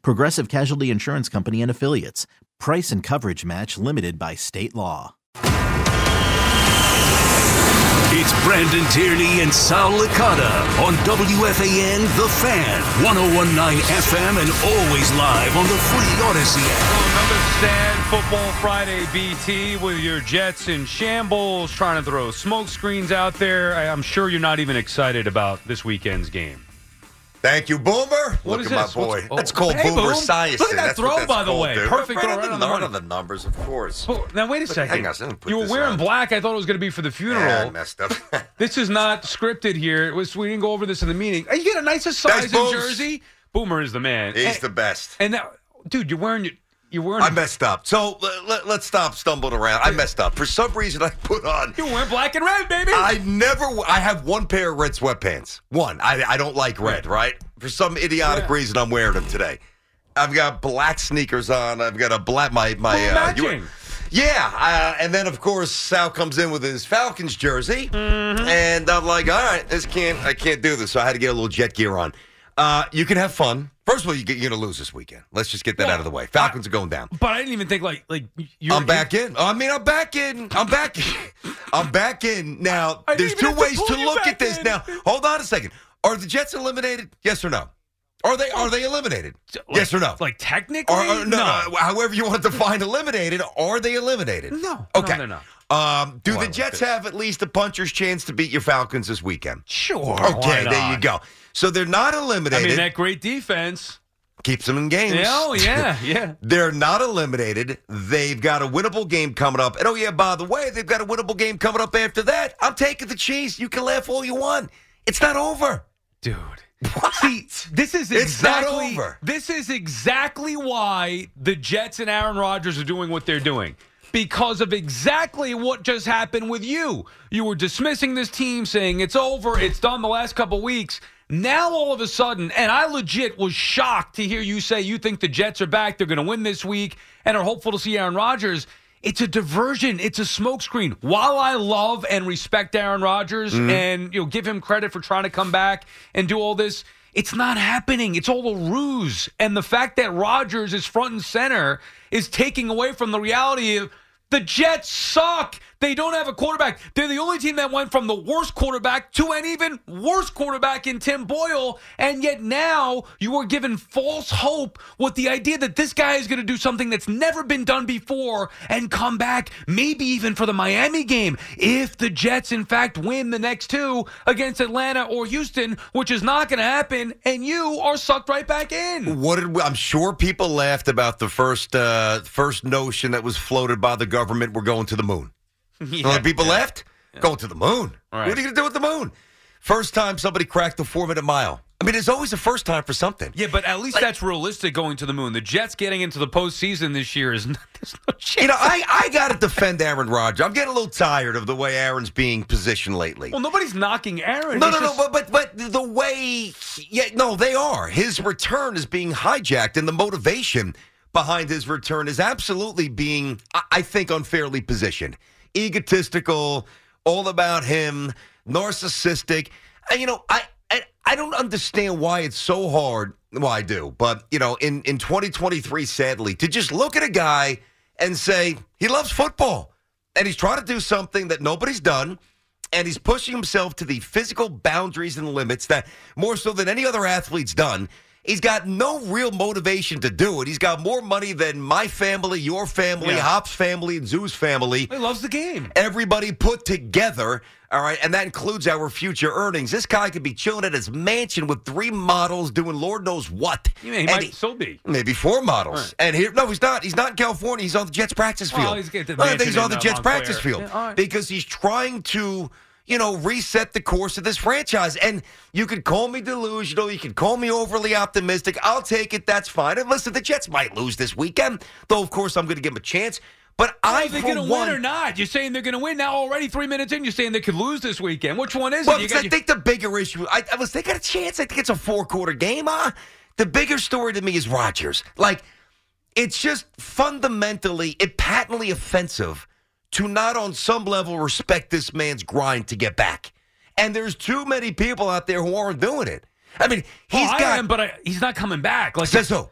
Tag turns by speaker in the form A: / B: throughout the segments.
A: Progressive Casualty Insurance Company and Affiliates. Price and coverage match limited by state law.
B: It's Brandon Tierney and Sal Licata on WFAN The Fan, 1019 FM, and always live on the Free Odyssey app.
C: Another stand football Friday BT with your Jets in shambles, trying to throw smoke screens out there. I- I'm sure you're not even excited about this weekend's game.
D: Thank you, Boomer.
C: What
D: Look
C: is
D: at
C: this?
D: my boy.
C: What's- oh,
D: that's called
C: hey,
D: Boomer
C: Boom.
D: science.
C: Look at that
D: That's what
C: throw,
D: that's
C: by the
D: called,
C: way.
D: dude.
C: Perfect
D: Right
C: throw
D: on
C: right
D: the,
C: on the
D: right
C: money.
D: on the numbers, of course.
C: Oh, Now wait a
D: But hang
C: second.
D: on, let me put
C: You were
D: this
C: wearing
D: on.
C: black. I thought it was going to be for the funeral.
D: Yeah, I messed up.
C: This is not scripted here. It was we didn't go over this in the meeting. You get a nicest size
D: Thanks,
C: in
D: Booms.
C: jersey. Boomer is the man.
D: He's
C: and,
D: the best.
C: and now, dude, you're wearing your you're wearing
D: I messed up. So let, us stop stumbling around. I messed up. For some reason, I put on.
C: you're wearing black and red, baby.
D: I never. I have one pair of red sweatpants. One. I, I don't like red, right? For some idiotic reason, I'm wearing them today. I've got black sneakers on. I've got a black my my.
C: Cool
D: uh, you-
C: matching.
D: yeah, uh, and then of course Sal comes in with his Falcons jersey,
C: Mm-hmm.
D: and I'm like, all right, this can't. I can't do this. So I had to get a little jet gear on. Uh, you can have fun. First of all, you get, you're gonna lose this weekend. Let's just get that out of the way. Falcons are going down.
C: but I didn't even think like like you're
D: I'm back in. I mean, I'm back in. I'm back. I'm back in. Now,
C: I
D: there's
C: didn't even
D: two
C: have to
D: ways
C: pull
D: to
C: you
D: look
C: back
D: at this.
C: in.
D: Now, hold on a second. Are the Jets eliminated? Yes or no? Are they Are they eliminated?
C: like-
D: yes or no?
C: Like technically,
D: Or, or- no, no. However you want to define eliminated, are they eliminated?
C: No.
D: Okay.
C: No, no,
D: Um, do
C: Oh, I
D: the
C: like
D: Jets
C: this.
D: have at least a puncher's chance to beat your Falcons this weekend?
C: Sure.
D: Okay, there you go. So they're not
C: I
D: eliminated.
C: mean, that great defense.
D: keeps them in games.
C: Yeah, Oh, yeah, yeah.
D: They're not eliminated. They've got a winnable game coming up. And oh, yeah, by the way, they've got a winnable game coming up after that. I'm taking the Chiefs. You can laugh all you want. It's not over.
C: Dude. See, this is
D: It's not
C: exactly
D: over.
C: this is exactly why the Jets and Aaron Rodgers are doing what they're doing. Because of exactly what just happened with you. You were dismissing this team, saying it's over, it's done the last couple weeks. Now all of a sudden, and I legit was shocked to hear you say you think the Jets are back, they're gonna win this week, and are hopeful to see Aaron Rodgers. It's a diversion. It's a smokescreen. While I love and respect Aaron
D: Mm-hmm.
C: Rodgers and you know give him credit for trying to come back and do all this, it's not happening. It's all a ruse. And the fact that Rodgers is front and center is taking away from the reality of the Jets suck. They don't have a quarterback. They're the only team that went from the worst quarterback to an even worse quarterback in Tim Boyle. And yet now you are given false hope with the idea that this guy is going to do something that's never been done before and come back, maybe even for the Miami game, if the Jets, in fact, win the next two against Atlanta or Houston, which is not going to happen. And you are sucked right back in.
D: What did we, I'm sure people laughed about the first uh, first notion that was floated by the government. We're going to the moon. A lot of people left. Going to the moon.
C: Right.
D: What are you going to do with the moon? First time somebody cracked the four minute mile. I mean, there's always a first time for something.
C: Yeah, but at least that's realistic going to the moon. The Jets getting into the postseason this year is not, there's no chance.
D: You know, I, I got to defend Aaron Rodgers. I'm getting a little tired of the way Aaron's being positioned lately.
C: well, nobody's knocking Aaron.
D: No,
C: It's
D: no, no,
C: just-
D: but, but but the way, he- yeah, no, they are. His return is being hijacked, and the motivation behind his return is absolutely being, I, I think, unfairly positioned, egotistical, all about him, narcissistic. And you know, I I, I don't understand why it's so hard. Well, I do, but you know, in in 2023, sadly, to just look at a guy and say he loves football and he's trying to do something that nobody's done and he's pushing himself to the physical boundaries and limits that more so than any other athlete's done He's got no real motivation to do it. He's got more money than my family, your family,
C: Yeah.
D: Hop's family, and Zoo's family.
C: He loves the game.
D: Everybody put together, all right, and that includes our future earnings. This guy could be chilling at his mansion with three models doing Lord knows what.
C: He, may- he
D: And
C: might
D: he-
C: still be.
D: Maybe four models.
C: Right.
D: And here, no, he's not. He's not in California. He's on the Jets practice
C: Well,
D: field.
C: he's getting to the
D: I think he's
C: mansion
D: on the
C: in, uh,
D: Jets
C: Montclair.
D: practice field
C: Yeah, all right.
D: because he's trying to, you know, reset the course of this franchise. And you could call me delusional. You could call me overly optimistic. I'll take it. That's fine. And listen, the Jets might lose this weekend, though. Of course, I'm going to give him a chance. But I,
C: Are they going
D: for
C: to
D: one,
C: win or not? You're saying they're going to win now already. Three minutes in, you're saying they could lose this weekend. Which one is
D: Well,
C: it? You
D: because
C: got
D: I
C: your-
D: think the bigger issue, I, I was, they got a chance. I think it's a four quarter game. Huh? The bigger story to me is Rodgers. Like, it's just fundamentally, it patently offensive to not on some level respect this man's grind to get back. And there's too many people out there who aren't doing it. I mean,
C: Well,
D: he's
C: I
D: got.
C: am, but I, he's not coming back. Like
D: says who?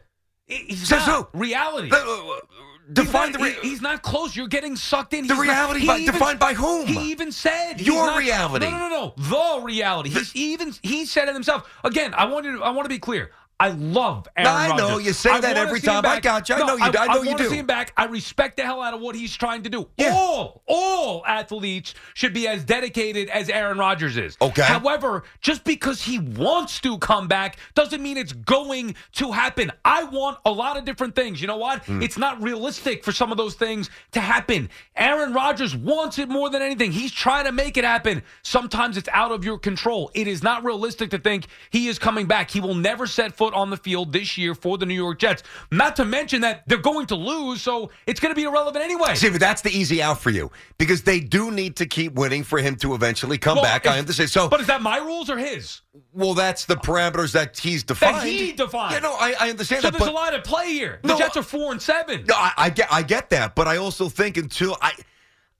C: he- he's
D: says
C: not.
D: who?
C: Reality.
D: Uh, uh,
C: He's
D: Define the.
C: not-
D: Re-
C: he- he's not close. You're getting sucked in.
D: The
C: He's not-
D: reality
C: he
D: by-
C: even-
D: defined by whom?
C: He even said he's
D: Your
C: not-
D: reality.
C: No, no, no, no. The reality. He's even he said it himself. Again, I wanted. I want to be clear. I love Aaron
D: No, I know.
C: Rodgers.
D: You say
C: I
D: that
C: wanna
D: every
C: see him
D: time. I
C: back.
D: got you. I
C: No,
D: know you do. I know you
C: wanna
D: do.
C: see him back. I respect the hell out of what he's trying to do.
D: Yeah.
C: All all athletes should be as dedicated as Aaron Rodgers is.
D: Okay.
C: However, just because he wants to come back doesn't mean it's going to happen. I want a lot of different things. You know what?
D: Hmm.
C: It's not realistic for some of those things to happen. Aaron Rodgers wants it more than anything. He's trying to make it happen. Sometimes it's out of your control. It is not realistic to think he is coming back. He will never set foot on the field this year for the New York Jets. Not to mention that they're going to lose, so it's going to be irrelevant anyway.
D: See, but that's the easy out for you because they do need to keep winning for him to eventually come
C: Well,
D: back.
C: if-
D: I understand. So,
C: But is that my rules or his?
D: Well, that's the parameters that he's defined.
C: he defined.
D: Yeah, no, I, I understand
C: So
D: that.
C: there's
D: But
C: a lot at play here. The
D: No,
C: Jets
D: I-
C: are four and seven.
D: no, I, I get, I get that. But I also think until I,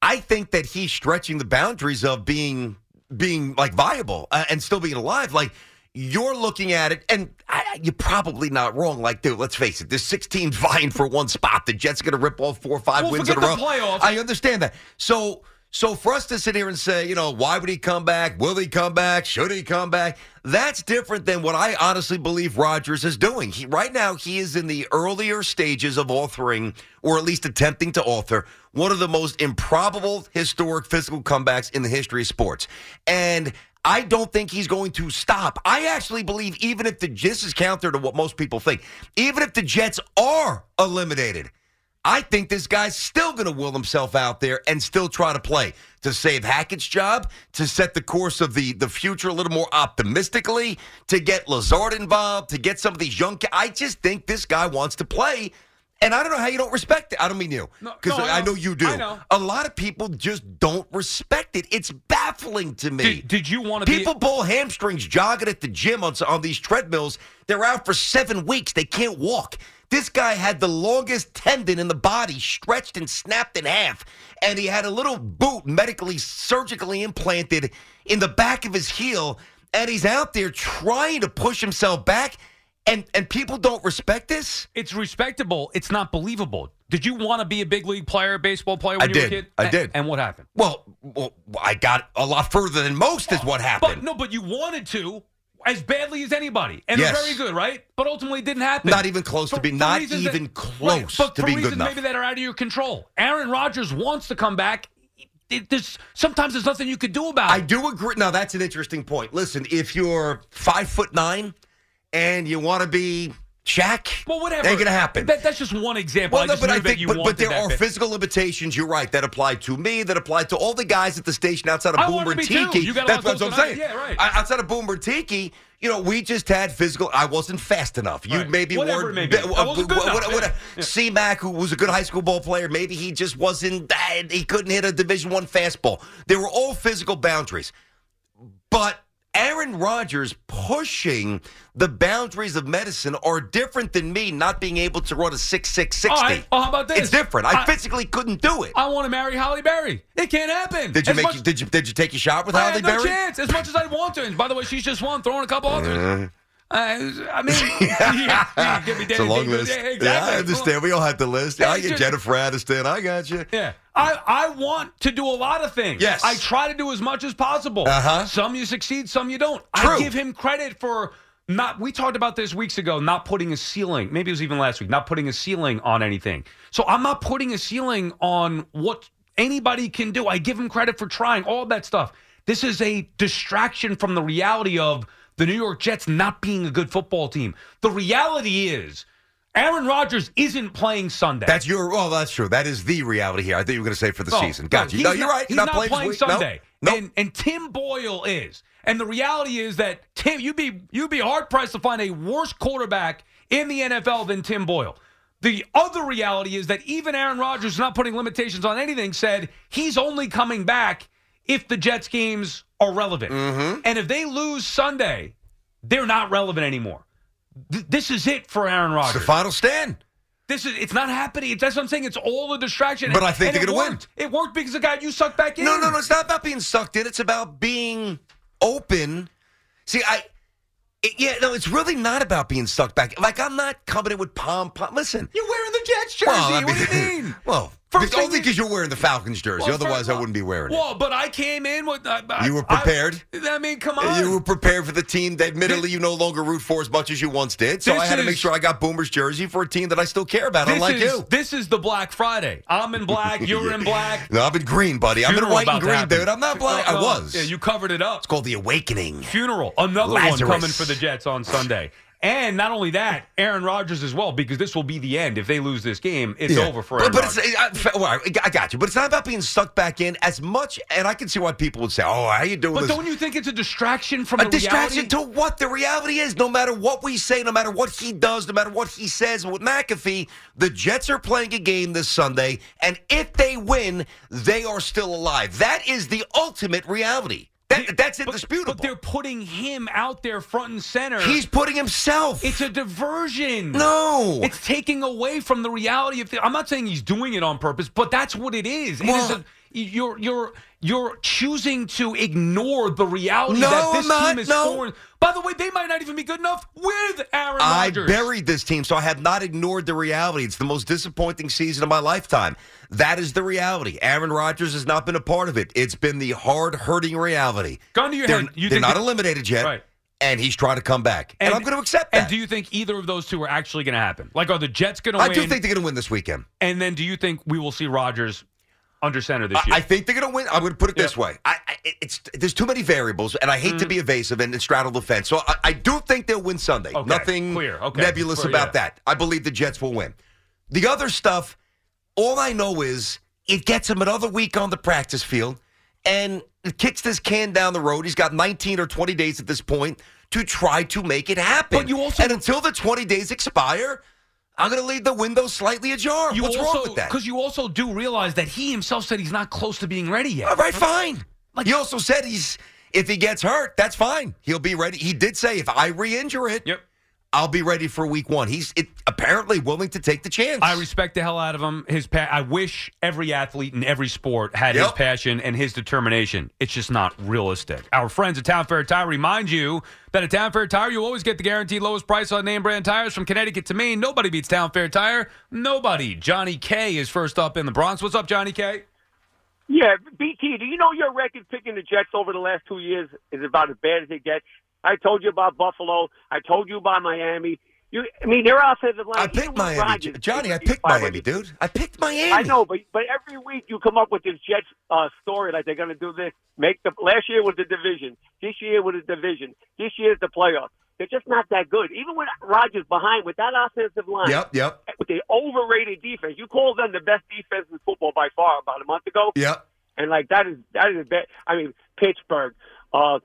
D: I think that he's stretching the boundaries of being, being like viable uh, and still being alive. Like you're looking at it, and I, you're probably not wrong. Like, dude, let's face it. There's six teams vying for one spot. The Jets are going to rip off four or five
C: Well,
D: wins in a row.
C: forget the playoffs.
D: I understand that. So. So for us to sit here and say, you know, why would he come back? Will he come back? Should he come back? That's different than what I honestly believe Rodgers is doing. He right now he is in the earlier stages of authoring, or at least attempting to author, one of the most improbable historic physical comebacks in the history of sports. And I don't think he's going to stop. I actually believe even if the this is counter to what most people think, even if the Jets are eliminated. I think this guy's still going to will himself out there and still try to play to save Hackett's job, to set the course of the the future a little more optimistically, to get Lazard involved, to get some of these young. ki- I just think this guy wants to play, and I don't know how you don't respect it. I don't mean you,
C: No,
D: because
C: no, I
D: I,
C: know.
D: know you do.
C: I know.
D: A lot of people just don't respect it. It's baffling to me.
C: Did, did you want to
D: People pull hamstrings jogging at the gym on, on these treadmills. They're out for seven weeks. They can't walk. This guy had the longest tendon in the body stretched and snapped in half. And he had a little boot medically, surgically implanted in the back of his heel. And he's out there trying to push himself back. And, and people don't respect this?
C: It's respectable. It's not believable. Did you want to be a big league player, baseball player when
D: I
C: you
D: did.
C: were a kid?
D: I
C: A-
D: did.
C: And what happened?
D: Well, well, I got a lot further than most, is what
C: But
D: happened.
C: no, but you wanted to as badly as anybody, and
D: Yes.
C: are very good, right? But ultimately, it didn't happen.
D: Not even close to be- not
C: reasons
D: even
C: that-
D: close
C: right, but
D: to
C: for
D: being good
C: reasons
D: enough.
C: Maybe that are out of your control. Aaron Rodgers wants to come back. It- there's sometimes there's nothing you could do about
D: I
C: it.
D: do agree. Now that's an interesting point. Listen, if you're five foot nine and you want to be Shaq,
C: Well, whatever.
D: ain't gonna happen.
C: That, that's just one example. I
D: well, no,
C: just
D: but
C: knew
D: I
C: that
D: think,
C: you
D: but, but
C: wanted
D: there
C: that
D: are
C: bit.
D: physical limitations. You're right. That apply to me. That apply to all the guys at the station outside of
C: I wanted
D: Boomer and
C: to be too.
D: Tiki.
C: You got a
D: That's
C: lot
D: what
C: of
D: I'm
C: those
D: saying.
C: tonight. Yeah, right.
D: I- outside of Boomer and Tiki, you know, we just had physical. I wasn't fast enough. You
C: Right.
D: maybe
C: Whatever
D: weren't.
C: it may be.
D: uh,
C: I wasn't good
D: what-
C: enough.
D: what- what-
C: Yeah. Yeah.
D: C Mac, who was a good high school ball player, maybe he just wasn't. uh, He couldn't hit a Division One fastball. They were all physical boundaries. But Aaron Rodgers pushing the boundaries of medicine are different than me not being able to run a six six
C: All
D: sixty.
C: right. Well, how about this?
D: It's different. I,
C: I-
D: physically couldn't do it.
C: I want to marry Holly Berry. It can't happen.
D: did you
C: As
D: make?
C: much-
D: did you did you take your shot with
C: I
D: Holly
C: had
D: Berry?
C: no chance. As much as I want to. And by the way, she's just one throwing a couple others. Uh, I mean, yeah, yeah, give me
D: It's a
C: Danny
D: long
C: Dingle.
D: list.
C: Yeah,
D: Yeah,
C: exactly.
D: I understand. We all have the list.
C: Yeah,
D: I get
C: just-
D: Jennifer Aniston. I got you.
C: Yeah. I, I want to do a lot of things.
D: Yes.
C: I try to do as much as possible.
D: Uh-huh.
C: Some you succeed, some you don't.
D: True.
C: I give him credit for Not we talked about this weeks ago, not putting a ceiling. Maybe it was even last week, not putting a ceiling on anything. So I'm not putting a ceiling on what anybody can do. I give him credit for trying, all that stuff. This is a distraction from the reality of the New York Jets not being a good football team. The reality is Aaron Rodgers isn't playing Sunday.
D: That's your. Well, that's true. That is the reality here. I thought you were going to say for the
C: Oh, No,
D: season. Gotcha.
C: he's
D: No, you're right.
C: He's
D: You're
C: not,
D: playing, this
C: playing
D: week. No,
C: Sunday.
D: No.
C: And and Tim Boyle is. And the reality is that Tim, you'd be you'd be hard pressed to find a worse quarterback in the NFL than Tim Boyle. The other reality is that even Aaron Rodgers, not putting limitations on anything, said he's only coming back if the Jets games are relevant.
D: Mm-hmm.
C: And if they lose Sunday, they're not relevant anymore. Th- this is it for Aaron
D: It's the
C: Rodgers.
D: final stand.
C: This is it's not happening. That's what I'm saying. It's all a distraction.
D: But I think
C: And
D: they're
C: it
D: gonna win.
C: worked. It worked because it got you sucked back in.
D: No, no, no. It's not about being sucked in. It's about being open. See, I. It, yeah, no. It's really not about being sucked back. Like I'm not coming in with pom pom. Listen.
C: You're wearing the Jets jersey.
D: Well, I
C: what do you mean?
D: well,
C: First thing
D: only
C: you-
D: because you're wearing the Falcons jersey.
C: Well,
D: Otherwise,
C: first-
D: I wouldn't be wearing
C: Well, but I came in with. I, I-
D: You were prepared?
C: I, I mean, come
D: it.
C: on.
D: You were prepared for the team that, admittedly, you no longer root for as much as you once did. So
C: This
D: I had to make
C: is-
D: sure I got Boomer's jersey for a team that I still care about,
C: this
D: unlike
C: is
D: you.
C: this is the Black Friday. I'm in black. You're in black.
D: No, I've been green, buddy. I've been
C: Funeral
D: white
C: about
D: and
C: to
D: green,
C: happen.
D: dude. I'm not black. I
C: Well,
D: was.
C: Yeah, you covered it up.
D: It's called the awakening.
C: Funeral. Another
D: Lazarus.
C: one coming for the Jets on Sunday. And not only that, Aaron Rodgers as well, because this will be the end. If they lose this game, it's
D: Yeah.
C: over for Aaron
D: But, but
C: Rodgers.
D: it's, I, I- well, I got you. But it's not about being stuck back in as much. And I can see why people would say, "Oh, how you doing?"
C: But
D: this?
C: don't you think it's a distraction from
D: a
C: the
D: distraction
C: reality?
D: to what the reality is. No matter what we say, no matter what he does, no matter what he says with McAfee, the Jets are playing a game this Sunday, and if they win, they are still alive. That is the ultimate reality. That, that's
C: But-
D: indisputable.
C: But they're putting him out there front and center.
D: He's putting himself.
C: it's a diversion.
D: no.
C: It's taking away from the reality of the. I'm not saying he's doing it on purpose, but that's what it is. It is
D: Well-
C: a- you're you're you're choosing to ignore the reality
D: No,
C: that this
D: I'm not.
C: team is
D: No.
C: foreign. By the way, they might not even be good enough with Aaron
D: I
C: Rodgers.
D: buried this team, so I have not ignored the reality. It's the most disappointing season of my lifetime. That is the reality. Aaron Rodgers has not been a part of it. It's been the hard, hurting reality.
C: Gun to your
D: they're
C: head, you
D: they're
C: think
D: not
C: that-
D: eliminated yet,
C: Right.
D: and he's trying to come back. And, I'm going to accept that.
C: And do you think either of those two are actually going to happen? Like, are the Jets going to
D: I
C: win?
D: do think they're going to win this weekend.
C: and then, do you think we will see Rodgers under center this
D: I-
C: year?
D: I think they're going to win. I'm going to put it this
C: Yeah. Mm.
D: way: I, I, it's there's too many variables, and I hate to be evasive and, straddle the fence. So I, I do think they'll win Sunday.
C: Okay,
D: Nothing
C: clear, okay,
D: nebulous
C: clear,
D: about
C: yeah.
D: that. I believe the Jets will win. The other stuff, all I know is it gets him another week on the practice field, and it kicks this can down the road. He's got 19 or 20 days at this point to try to make it happen.
C: But you also-
D: and until the 20 days expire. I'm going to leave the window slightly ajar.
C: you
D: What's
C: also,
D: wrong with that?
C: Because you also do realize that he himself said he's not close to being ready yet.
D: All right, fine. he also said he's if he gets hurt, that's fine. He'll be ready. He did say if I re-injure it,
C: Yep.
D: I'll be ready for week one. He's it, apparently willing to take the chance.
C: I respect the hell out of him. His pa- I wish every athlete in every sport had his
D: Yep.
C: passion and his determination. It's just not realistic. Our friends at Town Fair Tire remind you that at Town Fair Tire, you always get the guaranteed lowest price on name brand tires from Connecticut to Maine. Nobody beats Town Fair Tire. Nobody. Johnny K is first up in the Bronx. What's up, Johnny K?
E: Yeah, BT, do you know your record picking the Jets over the last two years is about as bad as it gets? I told you about Buffalo. I told you about Miami. You, I mean, they're outside the line.
D: I picked Miami,
E: Rodgers,
D: Johnny. I
E: he's
D: picked
E: 500.
D: Miami, dude. I picked Miami.
E: I know, but but every week you come up with this Jets uh, story like they're going to do this. Make the last year was the division. This year was the division. This year's the playoffs. They're just not that good. Even with Rodgers behind, with that offensive line,
D: Yep, yep,
E: with the overrated defense, you called them the best defense in football by far about a month ago.
D: yep.
E: And like that is that is a bet. I mean, Pittsburgh, uh,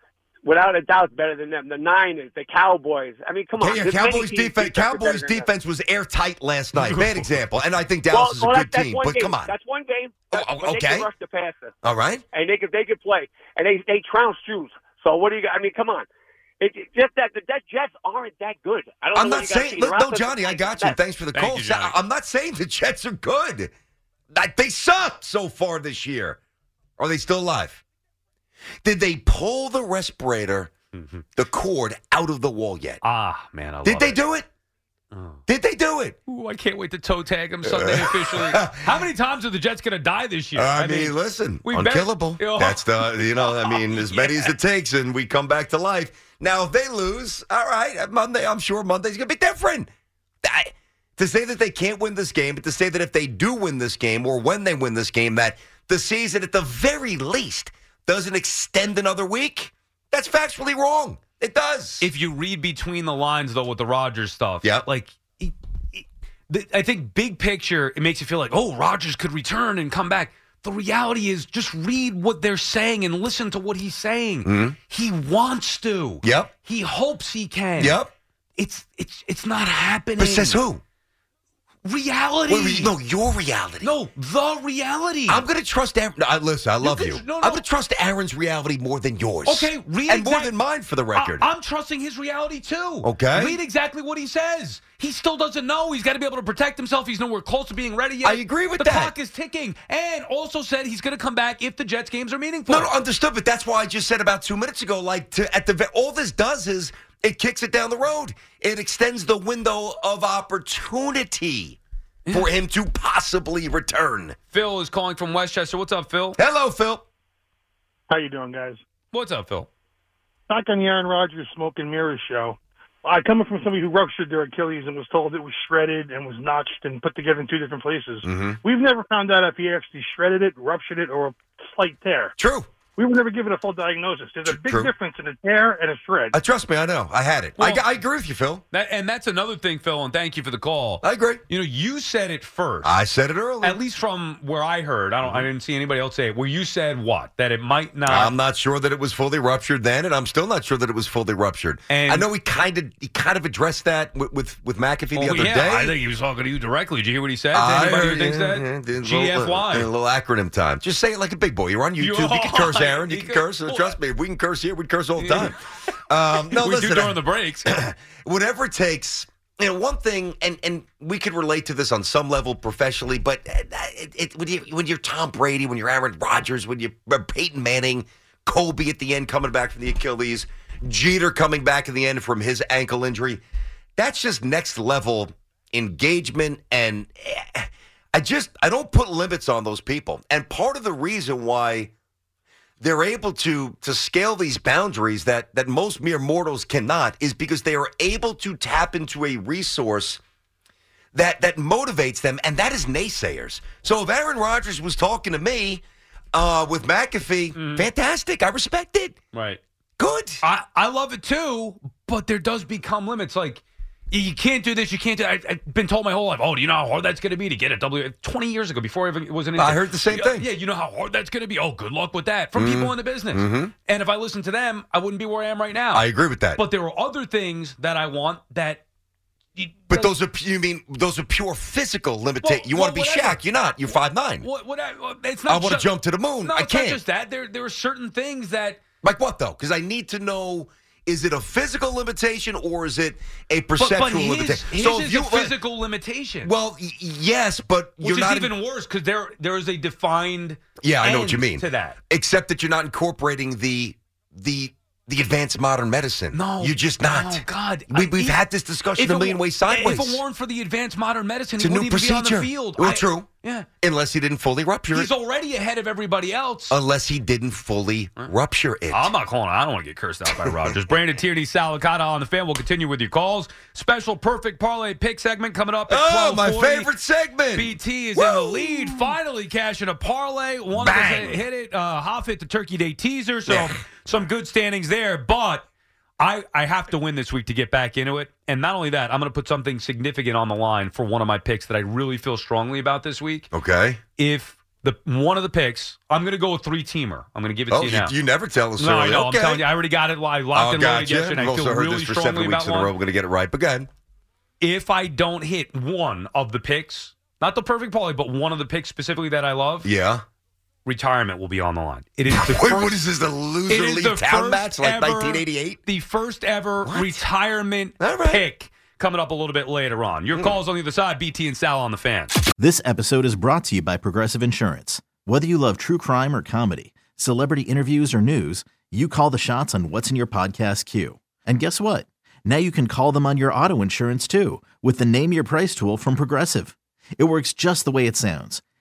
E: without a doubt, better than them. The Niners, the Cowboys. I mean, come on.
D: Hey,
E: there's many
D: Cowboys
E: teams
D: defense.
E: that are better
D: Cowboys
E: than them.
D: defense was airtight last night. Bad example. And I think Dallas
E: Well,
D: is a
E: well,
D: good
E: that's, that's
D: team.
E: one
D: But
E: game.
D: come on.
E: that's one game.
D: Oh,
E: That's-
D: oh,
E: but They
D: okay.
E: can rush the passer,
D: All right.
E: and they could they could play, and they they trounced Jews. So what do you? got- I mean, come on. It, it- just that the that Jets aren't that good. I don't.
D: I'm
E: know what
D: not
E: you gotta
D: saying.
E: see.
D: Look,
E: Their
D: no,
E: offensive
D: Johnny, I
E: line
D: got
E: is
D: you.
E: best.
D: Thanks for the
C: Thank
D: call.
C: you, Johnny.
D: I'm not saying the Jets are good. Like, They suck so far this year. Are they still alive? Did they pull the respirator, the cord out of the wall yet?
C: Mm-hmm. Ah, man, I
D: Did
C: love
D: they
C: it.
D: do it? Did they do it?
C: Ooh, I can't wait to toe tag him Sunday officially. How many times are the Jets going to die this year?
D: Uh, I, mean, listen,
C: we bet-
D: unkillable.
C: Oh.
D: That's the you know, I mean, as many as it takes, and we come back to life. Now, if they lose, all right, uh, Monday, I'm sure Monday's going to be different. I- to say that they can't win this game, but to say that if they do win this game or when they win this game, that the season at the very least doesn't extend another week, that's factually wrong. It does.
C: if you read between the lines though with the Rogers stuff,
D: Yeah.
C: like he- he- the- I think big picture, it makes you feel like oh Rogers could return and come back. The reality is, just read what they're saying and listen to what he's saying. He wants to.
D: Yep.
C: He hopes he can.
D: yep.
C: It's it's it's not happening.
D: But says who?
C: Reality.
D: Wait, wait, no, your reality.
C: No, the reality.
D: I'm gonna trust Aaron. No, I- listen, I love
C: can-
D: you.
C: no, no.
D: I'm gonna trust Aaron's reality more than yours.
C: Okay, read
D: and more
C: exact-
D: than mine for the record.
C: I, am trusting his reality too.
D: Okay.
C: Read exactly what he says. He still doesn't know. He's got to be able to protect himself. He's nowhere close to being ready yet.
D: I agree with
C: the
D: that.
C: The clock is ticking. And also said he's going to come back if the Jets games are meaningful.
D: no, no, understood. But that's why I just said about two minutes ago. Like to, at the ve- all this does is it kicks it down the road. It extends the window of opportunity for him to possibly return.
C: Phil is calling from Westchester. What's up, Phil?
D: Hello, Phil.
F: How you doing, guys?
C: What's up, Phil?
F: Back on the Aaron Rodgers smoke and mirrors show. I coming from somebody who ruptured their Achilles and was told it was shredded and was notched and put together in two different places. We've never found out if he actually shredded it, ruptured it, or a slight tear.
D: True.
F: We were never given a full diagnosis. There's a big
D: True.
F: difference in a tear and a shred.
D: Uh, trust me, I know. I had it. I,
C: Well-
D: I agree with you, Phil.
C: That, and that's another thing, Phil, and thank you for the call.
D: I agree.
C: You know, you said it first.
D: I said it earlier. Mm-hmm.
C: at least from where I heard, I don't. I didn't see anybody else say it. Where you said what? That it might not.
D: I'm not sure that it was fully ruptured then, and I'm still not sure that it was fully ruptured.
C: And-
D: I know he kind of he kind of addressed that with with, with McAfee the
C: Well,
D: other
C: Oh, yeah,
D: day.
C: I think he was talking to you directly. Did you hear what he said?
D: I-
C: Anybody who
D: yeah,
C: thinks that?
D: yeah, did A little,
C: GFY.
D: did a little acronym time. Just say it like a big boy. You're on YouTube. You, can
C: are.
D: curse, Aaron. You
C: You
D: can,
C: can-
D: curse. Trust me, if we can curse here, we'd curse all the time. um, no,
C: we
D: listen.
C: do during the breaks.
D: whatever it takes. You know, one thing, and and we could relate to this on some level professionally, but uh, it, it, when you when you're Tom Brady, when you're Aaron Rodgers, when you're Peyton Manning, Kobe at the end coming back from the Achilles, Jeter coming back in the end from his ankle injury, that's just next level engagement and. eh, I just I don't put limits on those people. And part of the reason why they're able to to scale these boundaries that that most mere mortals cannot is because they are able to tap into a resource that that motivates them, and that is naysayers. So if Aaron Rodgers was talking to me uh, with McAfee, fantastic. I respect it.
C: right.
D: Good.
C: Mm-hmm. I, I love it too, but there does become limits. Like, you- you can't do this, you can't do I, I've been told my whole life, oh, do you know how hard that's going to be to get a W? 20 years ago, before I even was an
D: I
C: intern.
D: heard the same
C: Yeah,
D: thing. Mm.
C: Yeah, you know how hard that's going to be? Oh, good luck with that. From
B: Mm-hmm.
C: people in the business. And if I listened to them, I wouldn't be where I am right now.
D: I agree with that.
C: But there are other things that I want that. you-
D: But those are pu- you mean those are pure physical limitations.
C: Well,
D: you want to
C: well,
D: be
C: whatever.
D: Shaq? You're not. You're five nine.
C: What, what I, it's
D: I
C: not
D: want to
C: ju-
D: jump to the moon.
C: No,
D: I
C: it's
D: can't.
C: not just that. There, there are certain things that
D: Like what though? Because I need to know: is it a physical limitation or is it a
C: But,
D: perceptual
C: but his,
D: limitation?
C: his
D: so if
C: is
D: you uh,
C: a physical limitation.
D: well, y- yes, but
C: which
D: you're
C: is
D: not
C: even worse because there there is a defined
D: Yeah, I know what you
C: end
D: mean.
C: to that.
D: except that you're not incorporating the the the advanced modern medicine.
C: No,
D: you're just not.
C: Oh God,
D: we,
C: I-
D: we've
C: if-
D: had this discussion a
C: it
D: million
C: wa-
D: ways sideways.
C: If it weren't for the advanced modern medicine,
D: It's
C: he
D: a new
C: wouldn't even be on
D: procedure.
C: the field.
D: Well, true.
C: Yeah,
D: unless he didn't fully rupture
C: he's
D: it.
C: already ahead of everybody else.
D: Unless he didn't fully rupture it.
C: I'm not calling. I don't want to get cursed out by Rogers. Brandon Tierney, Salicata on the fan. We'll continue with your calls. Special perfect parlay pick segment coming up at
D: oh, my
C: 12:40.
D: favorite segment.
C: BT is in the
D: Woo!
C: lead, finally cashing a parlay. One
D: Bang.
C: of us hit it, uh, Hoff hit the Turkey Day teaser, so
D: Yeah.
C: some good standings there. But I, I have to win this week to get back into it. And not only that, I'm going to put something significant on the line for one of my picks that I really feel strongly about this week.
D: Okay.
C: If the one of the picks, I'm going to go with three teamer. I'm going to give it
D: Oh,
C: to you
D: you,
C: now.
D: you never tell us.
C: no, I know.
D: Okay.
C: I'm telling you, I already got it live, locked
D: Oh,
C: and loaded
D: gotcha.
C: yesterday.
D: We've
C: I feel
D: also heard
C: really
D: this for
C: strongly
D: seven
C: about
D: weeks in a
C: one.
D: row. We're going to get it right. But go ahead.
C: if I don't hit one of the picks, not the perfect parlay, but one of the picks specifically that I love,
D: Yeah.
C: retirement will be on the line. It is the
D: Wait,
C: first,
D: what is this? The loser
C: it is
D: league
C: the first
D: town match like
C: ever-
D: 1988?
C: the first ever
D: What?
C: retirement
D: All right. Hmm.
C: pick coming up a little bit later on. Your calls on the other side, BT and Sal on the fan.
A: This episode is brought to you by Progressive Insurance. Whether you love true crime or comedy, celebrity interviews or news, you call the shots on what's in your podcast queue. And guess what? Now you can call them on your auto insurance too with the Name Your Price tool from Progressive. It works just the way it sounds.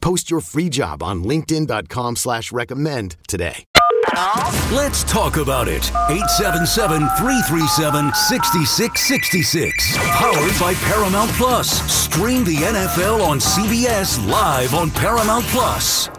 G: Post your free job on linkedin.com slash recommend today.
B: Let's talk about it. 877 337 6666. Powered by Paramount Plus. Stream the NFL on CBS live on Paramount Plus.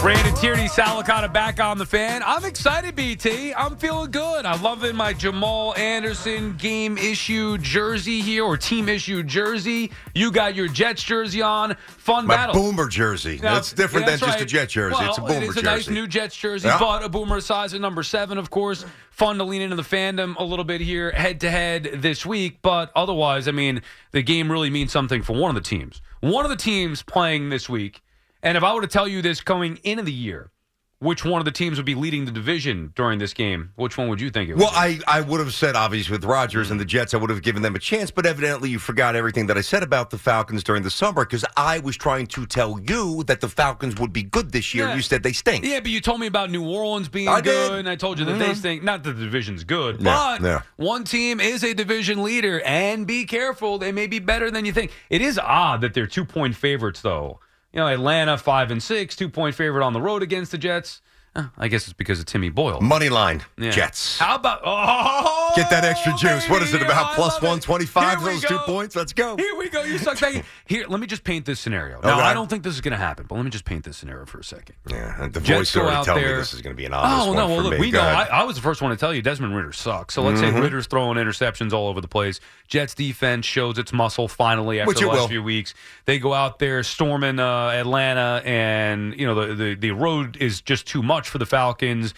C: Brandon Tierney, Salicata back on the fan. I'm excited, BT. I'm feeling good. I'm loving my Jamal Anderson game issue jersey here, or team issue jersey. You got your Jets jersey on. Fun
D: My
C: battle.
D: boomer jersey.
C: Now,
D: that's different
C: yeah, that's
D: than just a
C: right.
D: jet jersey.
C: Well,
D: it's a boomer
C: It is a
D: jersey.
C: nice new Jets jersey,
D: Yeah.
C: but a boomer size at number seven, of course. Fun to lean into the fandom a little bit here, head to head this week. But otherwise, I mean, the game really means something for one of the teams. One of the teams playing this week, and if I were to tell you this going into the year, which one of the teams would be leading the division during this game? Which one would you think it would
D: Well, I, I would have said, obviously, with Rodgers and the Jets, I would have given them a chance, but evidently you forgot everything that I said about the Falcons during the summer because I was trying to tell you that the Falcons would be good this year.
C: Yeah.
D: You said they stink.
C: Yeah, but you told me about New Orleans being
D: I
C: good,
D: did. Mm-hmm.
C: and I told you that they think not that the division's good,
D: No,
C: but
D: no.
C: one team is a division leader, and be careful, they may be better than you think. It is odd that they're two point favorites, though. You know, Atlanta five and six, two point favorite on the road against the Jets. Uh, I guess it's because of Timmy Boyle.
D: Money line,
C: Yeah.
D: Jets.
C: How about oh,
D: Get that extra juice. what is it
C: baby,
D: about?
C: I
D: Plus
C: love it.
D: 125,
C: Here we
D: those two
C: go.
D: points? Let's go.
C: Here we go. You suck. Thank you. Here, let me just paint this scenario. Now,
D: Okay.
C: I don't think this is going to happen, but let me just paint this scenario for a second.
D: Yeah, the
C: Jets
D: voice
C: go
D: already
C: out
D: telling me
C: there.
D: this is going to be an obvious
C: Oh
D: one
C: no!
D: for
C: Well, look,
D: me.
C: we
D: Go
C: know. I,
D: ahead. Mm-hmm.
C: I was the first one to tell you Desmond Ritter sucks. So let's say Ritter's throwing interceptions all over the place. Jets defense shows its muscle finally after
D: Which
C: the
D: it
C: last
D: will.
C: few weeks. They go out there storming uh, Atlanta, and you know the, the the road is just too much for the Falcons.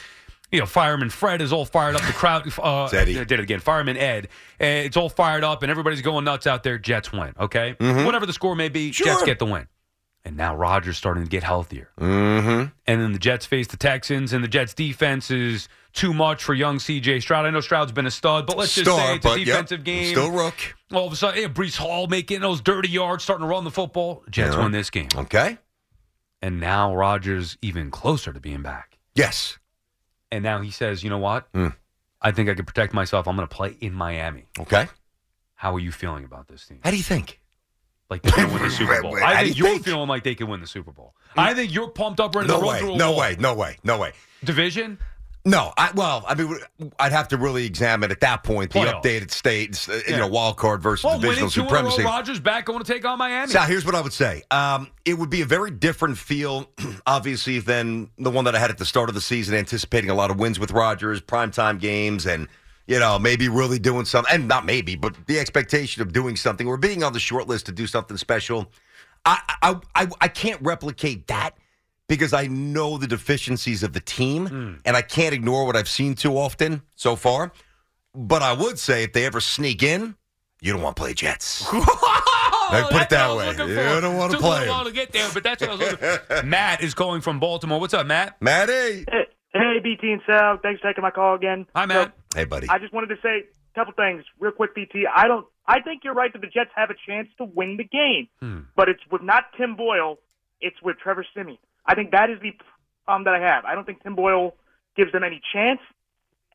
C: You know, Fireman Fred is all fired up. The crowd uh,
D: It's Eddie.
C: I did it again. Fireman Ed, Uh, it's all fired up, and everybody's going nuts out there. Jets win. Okay, whatever the score may be, Jets
D: Mm-hmm. Sure.
C: get the win. And now Rogers starting to get healthier
B: Mm.
D: Mm-hmm.
C: and then the Jets face the Texans, and the Jets defense is too much for young C.J. Stroud. I know Stroud's been a stud, but let's just say
D: Star,
C: it's a
D: but yep,
C: defensive game.
D: Still Rook.
C: All of a sudden, yeah, Brees Hall making those dirty yards, starting to run the football. Jets
D: Yeah.
C: win this game,
D: Okay.
C: and now Rogers even closer to being back.
D: Yes.
C: And now he says, "You know what?
D: Mm.
C: I think I can protect myself. I'm going to play in Miami."
D: Okay.
C: How are you feeling about this team?
D: How do you think?
C: Like they can win the Super Bowl?
D: How
C: I
D: do
C: think
D: you
C: you're
D: think?
C: feeling like they can win the Super Bowl. I think you're pumped up right
D: No
C: the road
D: way.
C: to a
D: No
C: wall.
D: way. No way. No way.
C: Division?
D: No, I well, I mean, I'd have to really examine at that point the
C: Playoffs.
D: updated states, uh, you
C: Yeah.
D: know, wild card versus
C: Well, winning
D: divisional
C: two in a row.
D: supremacy.
C: Rogers back going to take on Miami.
D: So here's what I would say: um, it would be a very different feel, obviously, than the one that I had at the start of the season, anticipating a lot of wins with Rodgers, primetime games, and you know, maybe really doing something, and not maybe, but the expectation of doing something or being on the short list to do something special. I I I, I can't replicate that. Because I know the deficiencies of the team, and I can't ignore what I've seen too often so far. But I would say if they ever sneak in, you don't want to play Jets.
C: I
D: put it that way. You don't wanna
C: Took
D: play
C: me a while to get there, but that's what I was looking for. Matt is calling from Baltimore. What's up, Matt?
D: Matty.
F: Hey, hey, BT and Sal, thanks for taking my call again.
C: Hi, Matt.
D: Hey, buddy.
F: I just wanted to say a couple things real quick, BT. I don't. I think you're right that the Jets have a chance to win the game,
C: Hmm.
F: but it's with not Tim Boyle. It's with Trevor Simeon. I think that is the problem that I have. I don't think Tim Boyle gives them any chance.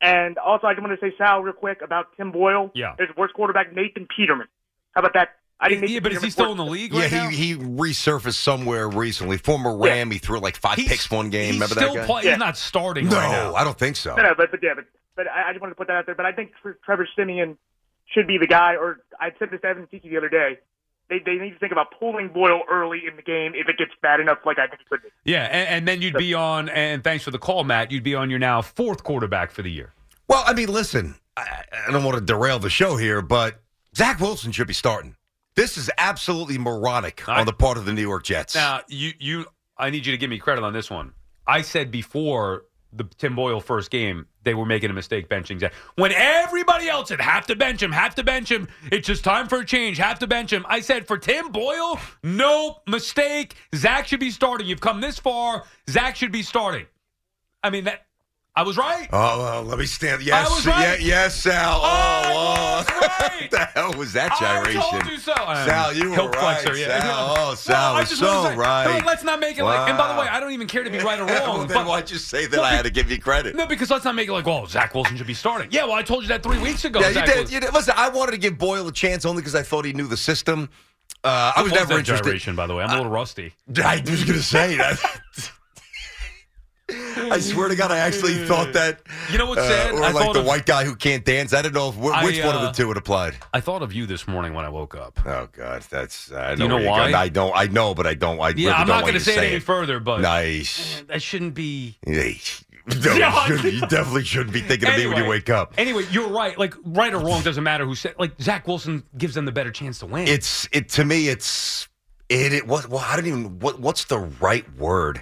F: And also, I just want to say Sal real quick about Tim Boyle.
C: Yeah.
F: there's worse quarterback Nathan Peterman. How about that? I think
C: yeah,
F: Nathan
C: but is he
F: Peterman's
C: still
F: worse-
C: in the league
D: Yeah,
C: right now?
D: he, he resurfaced somewhere recently. Former Ram, he threw like five
C: He's-
D: picks one game.
C: He's
D: Remember
C: still
D: that guy?
C: play-
F: Yeah.
C: He's not starting
D: no,
C: right now.
D: I don't think so.
F: No, no, but, but yeah, but, but I, I just wanted to put that out there. But I think Tre- Trevor Simeon should be the guy, or I said this to Evan Tiki the other day. They, they need to think about pulling Boyle early in the game if it gets bad enough, like I think it could be.
C: Yeah, and, and then you'd be on. And thanks for the call, Matt. You'd be on your now fourth quarterback for the year.
D: Well, I mean, listen, I, I don't want to derail the show here, but Zach Wilson should be starting. This is absolutely moronic
C: I-
D: on the part of the New York Jets.
C: Now, you, you, I need you to give me credit on this one. I said before the Tim Boyle first game, they were making a mistake benching Zach. When everybody else said, have to bench him, have to bench him, it's just time for a change, have to bench him. I said, for Tim Boyle, no mistake. Zach should be starting. You've come this far. Zach should be starting. I mean, that, I was right.
D: Oh, well, let me stand. Yes,
C: was right.
D: ye- yes, Sal.
C: I
D: oh,
C: was
D: oh.
C: right.
D: what the hell was that
C: I
D: gyration?
C: told you so. Um,
D: Sal, you were
C: hilt
D: right.
C: flexor, yeah.
D: Sal, oh,
C: No,
D: Sal
C: I
D: was
C: just wanted to
D: so
C: say-
D: right.
C: No, let's not make it like. And by the
D: Wow.
C: way, I don't even care to be right or
D: Well,
C: wrong.
D: then
C: but-
D: why'd you say that
C: Well,
D: I
C: be-
D: had to give you credit?
C: No, because let's not make it like, well, Zach Wilson should be starting. Yeah, well, I told you that three weeks ago.
D: yeah,
C: Zach
D: you did,
C: Wilson.
D: you did. Listen, I wanted to give Boyle a chance only because I thought he knew the system. Uh, I was
C: What
D: never
C: that
D: interested. Uh,
C: Gyration, by the way, I'm a little rusty.
D: I was going to say that. I swear to God, I actually thought that.
C: You know what's
D: uh,
C: sad?
D: Or
C: I
D: like
C: thought
D: the
C: of-
D: white guy who can't dance. I didn't know if, wh-
C: I,
D: which one of
C: uh,
D: the two it applied.
C: I thought of you this morning when I woke up.
D: Oh God, that's I
C: Do
D: know,
C: you know
D: where you're
C: why?
D: going. I don't. I know, but I don't. I
C: Yeah,
D: really
C: I'm
D: don't
C: not
D: want
C: going to
D: you
C: say it any
D: it.
C: further, but
D: Nice.
C: that shouldn't be.
D: No, you, shouldn't- you definitely shouldn't be thinking of me when you wake up.
C: Anyway, you're right. Like right or wrong doesn't matter. Who said? Like Zach Wilson gives them the better chance to win.
D: It's it to me. It's it. It what? Well, I don't even. What? What's the right word?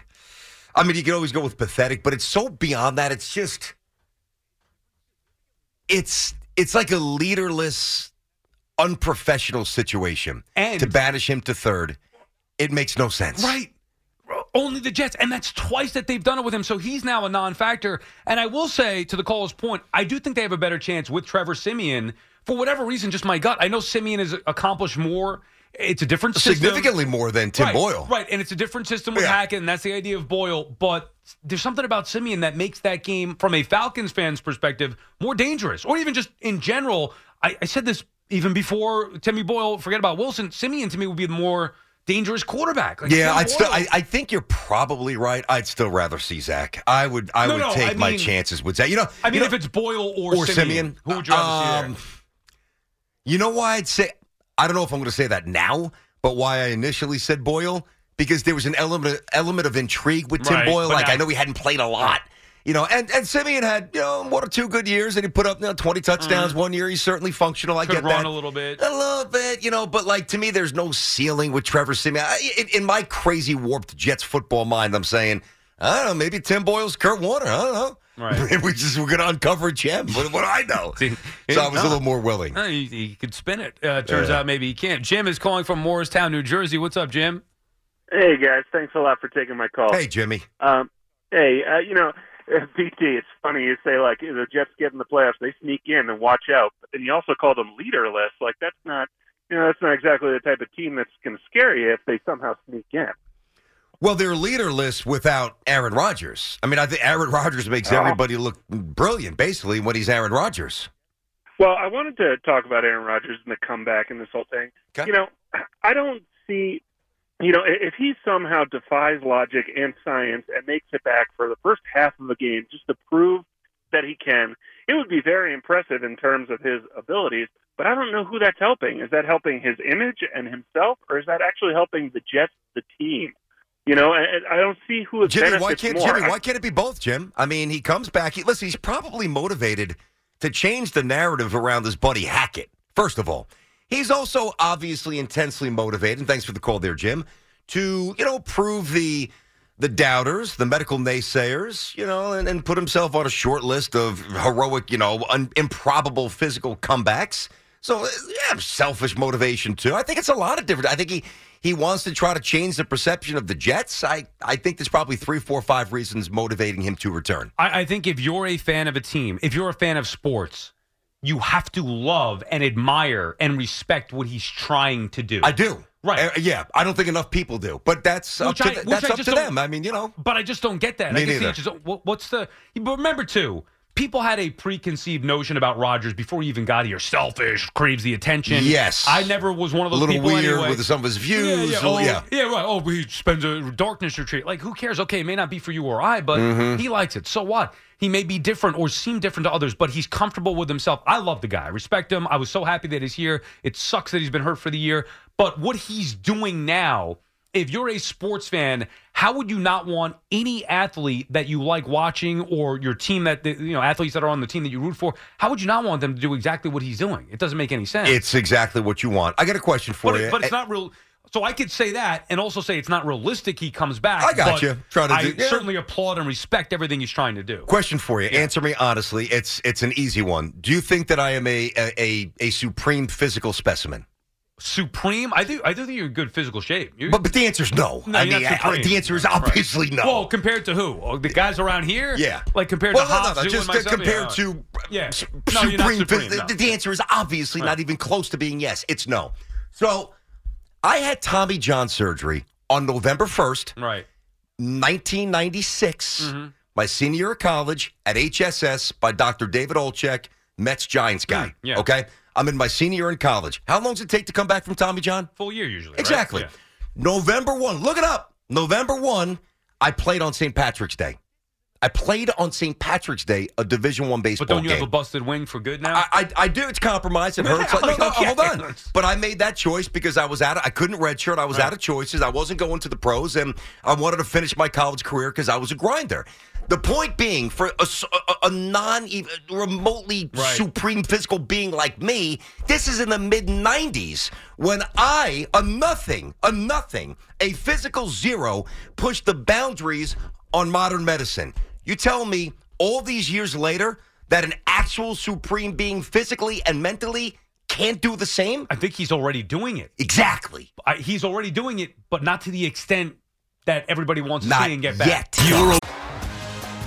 D: I mean, you can always go with pathetic, but it's so beyond that. It's just. It's it's like a leaderless, unprofessional situation.
C: And-
D: to banish him to third, it makes no sense.
C: Right. Only the Jets. And that's twice that they've done it with him. So he's now a non factor. And I will say, to the caller's point, I do think they have a better chance with Trevor Simeon for whatever reason, just my gut. I know Simeon has accomplished more. It's a different system.
D: Significantly more than Tim
C: right,
D: Boyle.
C: Right. And it's a different system with
D: Yeah.
C: Hackett, and that's the idea of Boyle. But there's something about Simeon that makes that game, from a Falcons fan's perspective, more dangerous. Or even just in general, I, I said this even before Timmy Boyle, forget about Wilson. Simeon to me would be the more dangerous quarterback. Like,
D: Yeah,
C: Tim
D: I'd still.
C: Boyle-
D: I, I think you're probably right. I'd still rather see Zach. I would. I
C: No,
D: would
C: no,
D: take
C: I
D: my
C: mean-
D: chances with Zach. You know.
C: I mean,
D: you know,
C: if it's Boyle or, Simeon, who would you rather
D: um,
C: see
D: You know why I'd say. I don't know if I'm going to say that now, but why I initially said Boyle because there was an element element of intrigue with Tim
C: Right,
D: Boyle.
C: but
D: Like I
C: now-
D: know he hadn't played a lot. You know, and, and Simeon had you know one or two good years, and he put up you know, twenty touchdowns one year. He's certainly functional. I
C: there? Mm. Could
D: get
C: run
D: that.
C: a little bit.
D: A little bit, you know, but like to me, there's no ceiling with Trevor Simeon. I, in, in my crazy warped Jets football mind, I'm saying, I don't know, maybe Tim Boyle's Kurt Warner. I don't know.
C: Right.
D: we just we're gonna uncover a gem. What, what do I know?
C: See,
D: so I was
C: no.
D: a little more willing.
C: Uh, He, he could spin it. Uh, turns out maybe he can't. Jim is calling from Morristown, New Jersey. What's up, Jim?
F: Hey, guys. Thanks a lot for taking my call.
D: Hey, Jimmy.
F: Um, hey, uh, you know, BT, it's funny you say, like, the Jets get in the playoffs, they sneak in and watch out. But then you also call them leaderless. Like, that's not, you know, that's not exactly the type of team that's going to scare you if they somehow sneak in.
D: Well, they're leaderless without Aaron Rodgers. I mean, I think Aaron Rodgers makes
C: Uh-huh.
F: Oh.
D: everybody look brilliant, basically, when he's Aaron Rodgers.
F: Well, I wanted to talk about Aaron Rodgers and the comeback and this whole thing.
D: Okay.
F: You know, I don't see, you know, i- if he somehow defies logic and science and makes it back for the first half of the game just to prove that he can, it would be very impressive in terms of his abilities. But I don't know who that's helping. Is that helping his image and himself, or is that actually helping the Jets, the team? You know, and and I don't see who it
D: Jimmy,
F: benefits
D: why can't
F: more.
D: Jimmy? Why can't it be both, Jim? I mean, he comes back. He, listen, he's probably motivated to change the narrative around his buddy Hackett. First of all, he's also obviously intensely motivated. And thanks for the call there, Jim. To you know, prove the the doubters, the medical naysayers, you know, and, and put himself on a short list of heroic, you know, un, improbable physical comebacks. So uh, yeah, selfish motivation too. I think it's a lot of different. I think he he wants to try to change the perception of the Jets. I I think there's probably three, four, five reasons motivating him to return.
C: I, I think if you're a fan of a team, if you're a fan of sports, you have to love and admire and respect what he's trying to do.
D: I do.
C: Right.
D: Uh, yeah, I don't think enough people do, but that's up
C: Which
D: to
C: I-
D: th-
C: which
D: that's
C: I
D: up
C: just
D: to
C: don't-
D: them. I mean, you know.
C: But I just don't get that.
D: Me
C: I can see
D: neither.
C: it's just, what- what's the? But remember too, people had a preconceived notion about Rogers before he even got here. Selfish, craves the attention.
D: Yes.
C: I never was one of
D: a
C: those
D: little
C: people
D: weird
C: anyway.
D: with some of his views.
C: Yeah, yeah,
D: a
C: oh,
D: little- yeah.
C: yeah, right. Oh, he spends a darkness retreat. Like, who cares? Okay, it may not be for you or I, but
D: Mm-hmm.
C: he likes it. So what? He may be different or seem different to others, but he's comfortable with himself. I love the guy. I respect him. I was so happy that he's here. It sucks that he's been hurt for the year, But what he's doing now, if you're a sports fan, how would you not want any athlete that you like watching or your team that you know athletes that are on the team that you root for? How would you not want them to do exactly what he's doing? It doesn't make any sense.
D: It's exactly what you want. I got a question for
C: but,
D: you. Eh,
C: it, but it's not real. So I could say that, and also say it's not realistic. He comes back.
D: I got
C: but
D: you. Try to
C: I
D: do- yeah.
C: certainly applaud and respect everything he's trying to do.
D: Question for you. Answer me honestly. It's it's an easy one. Do you think that I am a a, a, a supreme physical specimen?
C: Supreme. I think. I do think you're in good physical shape. You-
D: But but the answer's no.
C: No,
D: I
C: you're
D: mean,
C: not
D: I- I-
C: supreme.
D: the answer is obviously no.
C: Well, compared to who? Oh, The guys around here?
D: yeah.
C: Like compared
D: well,
C: to
D: no,
C: Hobbs,
D: no, no,
C: Zoo,
D: just
C: and myself?
D: compared
C: Yeah,
D: to
C: Yeah.
D: s-
C: No, you're not
D: phys-
C: supreme, no.
D: the, the answer is obviously not even close to being yes. It's no. So I had Tommy John surgery on November 1st.
C: all right. Mm-hmm.
D: 1996, my senior year of college at HSS by Dr. David Olchek, Mets Giants guy.
C: Hmm, yeah.
D: Okay. I'm in my senior year in college. How long does it take to come back from Tommy John?
C: Full year usually. right?
D: Exactly.
C: Yeah.
D: November 1. Look it up. November 1, I played on St. Patrick's Day. I played on St. Patrick's Day, a Division One baseball
C: But don't you
D: game.
C: have a busted wing for good now?
D: I, I, I do. It's compromised. It hurts. Like, no, no,
C: Okay.
D: hold on. But I made that choice because I was out. Of, I couldn't redshirt. I was out of choices. I wasn't going to the pros, and I wanted to finish my college career because I was a grinder. The point being, for a, s- a- a non even remotely
C: Right.
D: supreme physical being like me, this is in the mid '90s when I, a nothing, a nothing, a physical zero, pushed the boundaries on modern medicine. You tell me, all these years later, that an actual supreme being, physically and mentally, can't do the same?
C: I think he's already doing it.
D: Exactly.
C: I, he's already doing it, but not to the extent that everybody wants to
D: Not
C: see and get back.
D: yet.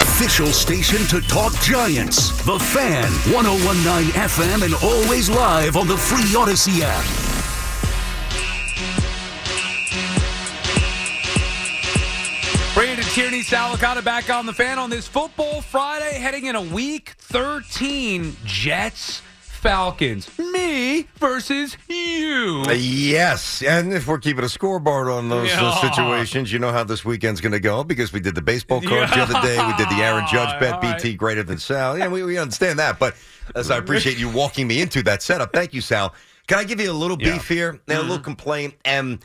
H: Official station to talk giants. The Fan, 1019 FM, and always live on the free Odyssey app.
C: Brandon Tierney, Salicata back on the fan on this football Friday, heading in a week 13 Jets Falcons. Me versus you.
D: Uh, Yes, and if we're keeping a scoreboard on those uh,
C: Yeah.
D: situations, you know how this weekend's going to go because we did the baseball cards the other day. We did the Aaron Judge bet,
C: All right.
D: BT greater than Sal. Yeah, we, we understand that, but as I appreciate you walking me into that setup, thank you, Sal. Can I give you a little beef here and a
C: Mm-hmm.
D: little complaint? And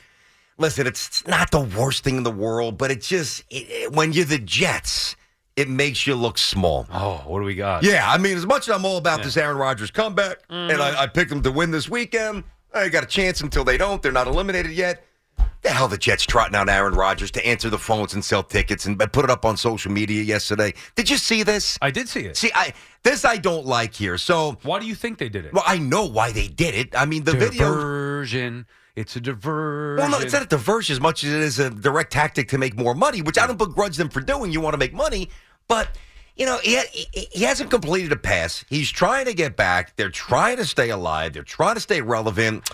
D: listen, it's not the worst thing in the world, but it just it, it- when you're the Jets, it makes you look small.
C: Oh, what do we got? Mm-hmm.
D: Yeah, I mean, as much as I'm all about this Aaron Rodgers comeback, and I, I picked them to win this weekend, I got a chance until they don't. They're not eliminated yet. The hell, the Jets trotting out Aaron Rodgers to answer the phones and sell tickets and put it up on social media yesterday. Did you see this?
C: I did see it.
D: See, I this I don't like here. So,
C: Why do you think they did it?
D: well, I know why they did it. I mean, the video.
C: diversion. It's a diversion.
D: Well, no, it's not a diversion as much as it is a direct tactic to make more money, which I don't begrudge them for doing. You want to make money, but you know he, he he hasn't completed a pass. He's trying to get back. They're trying to stay alive. They're trying to stay relevant.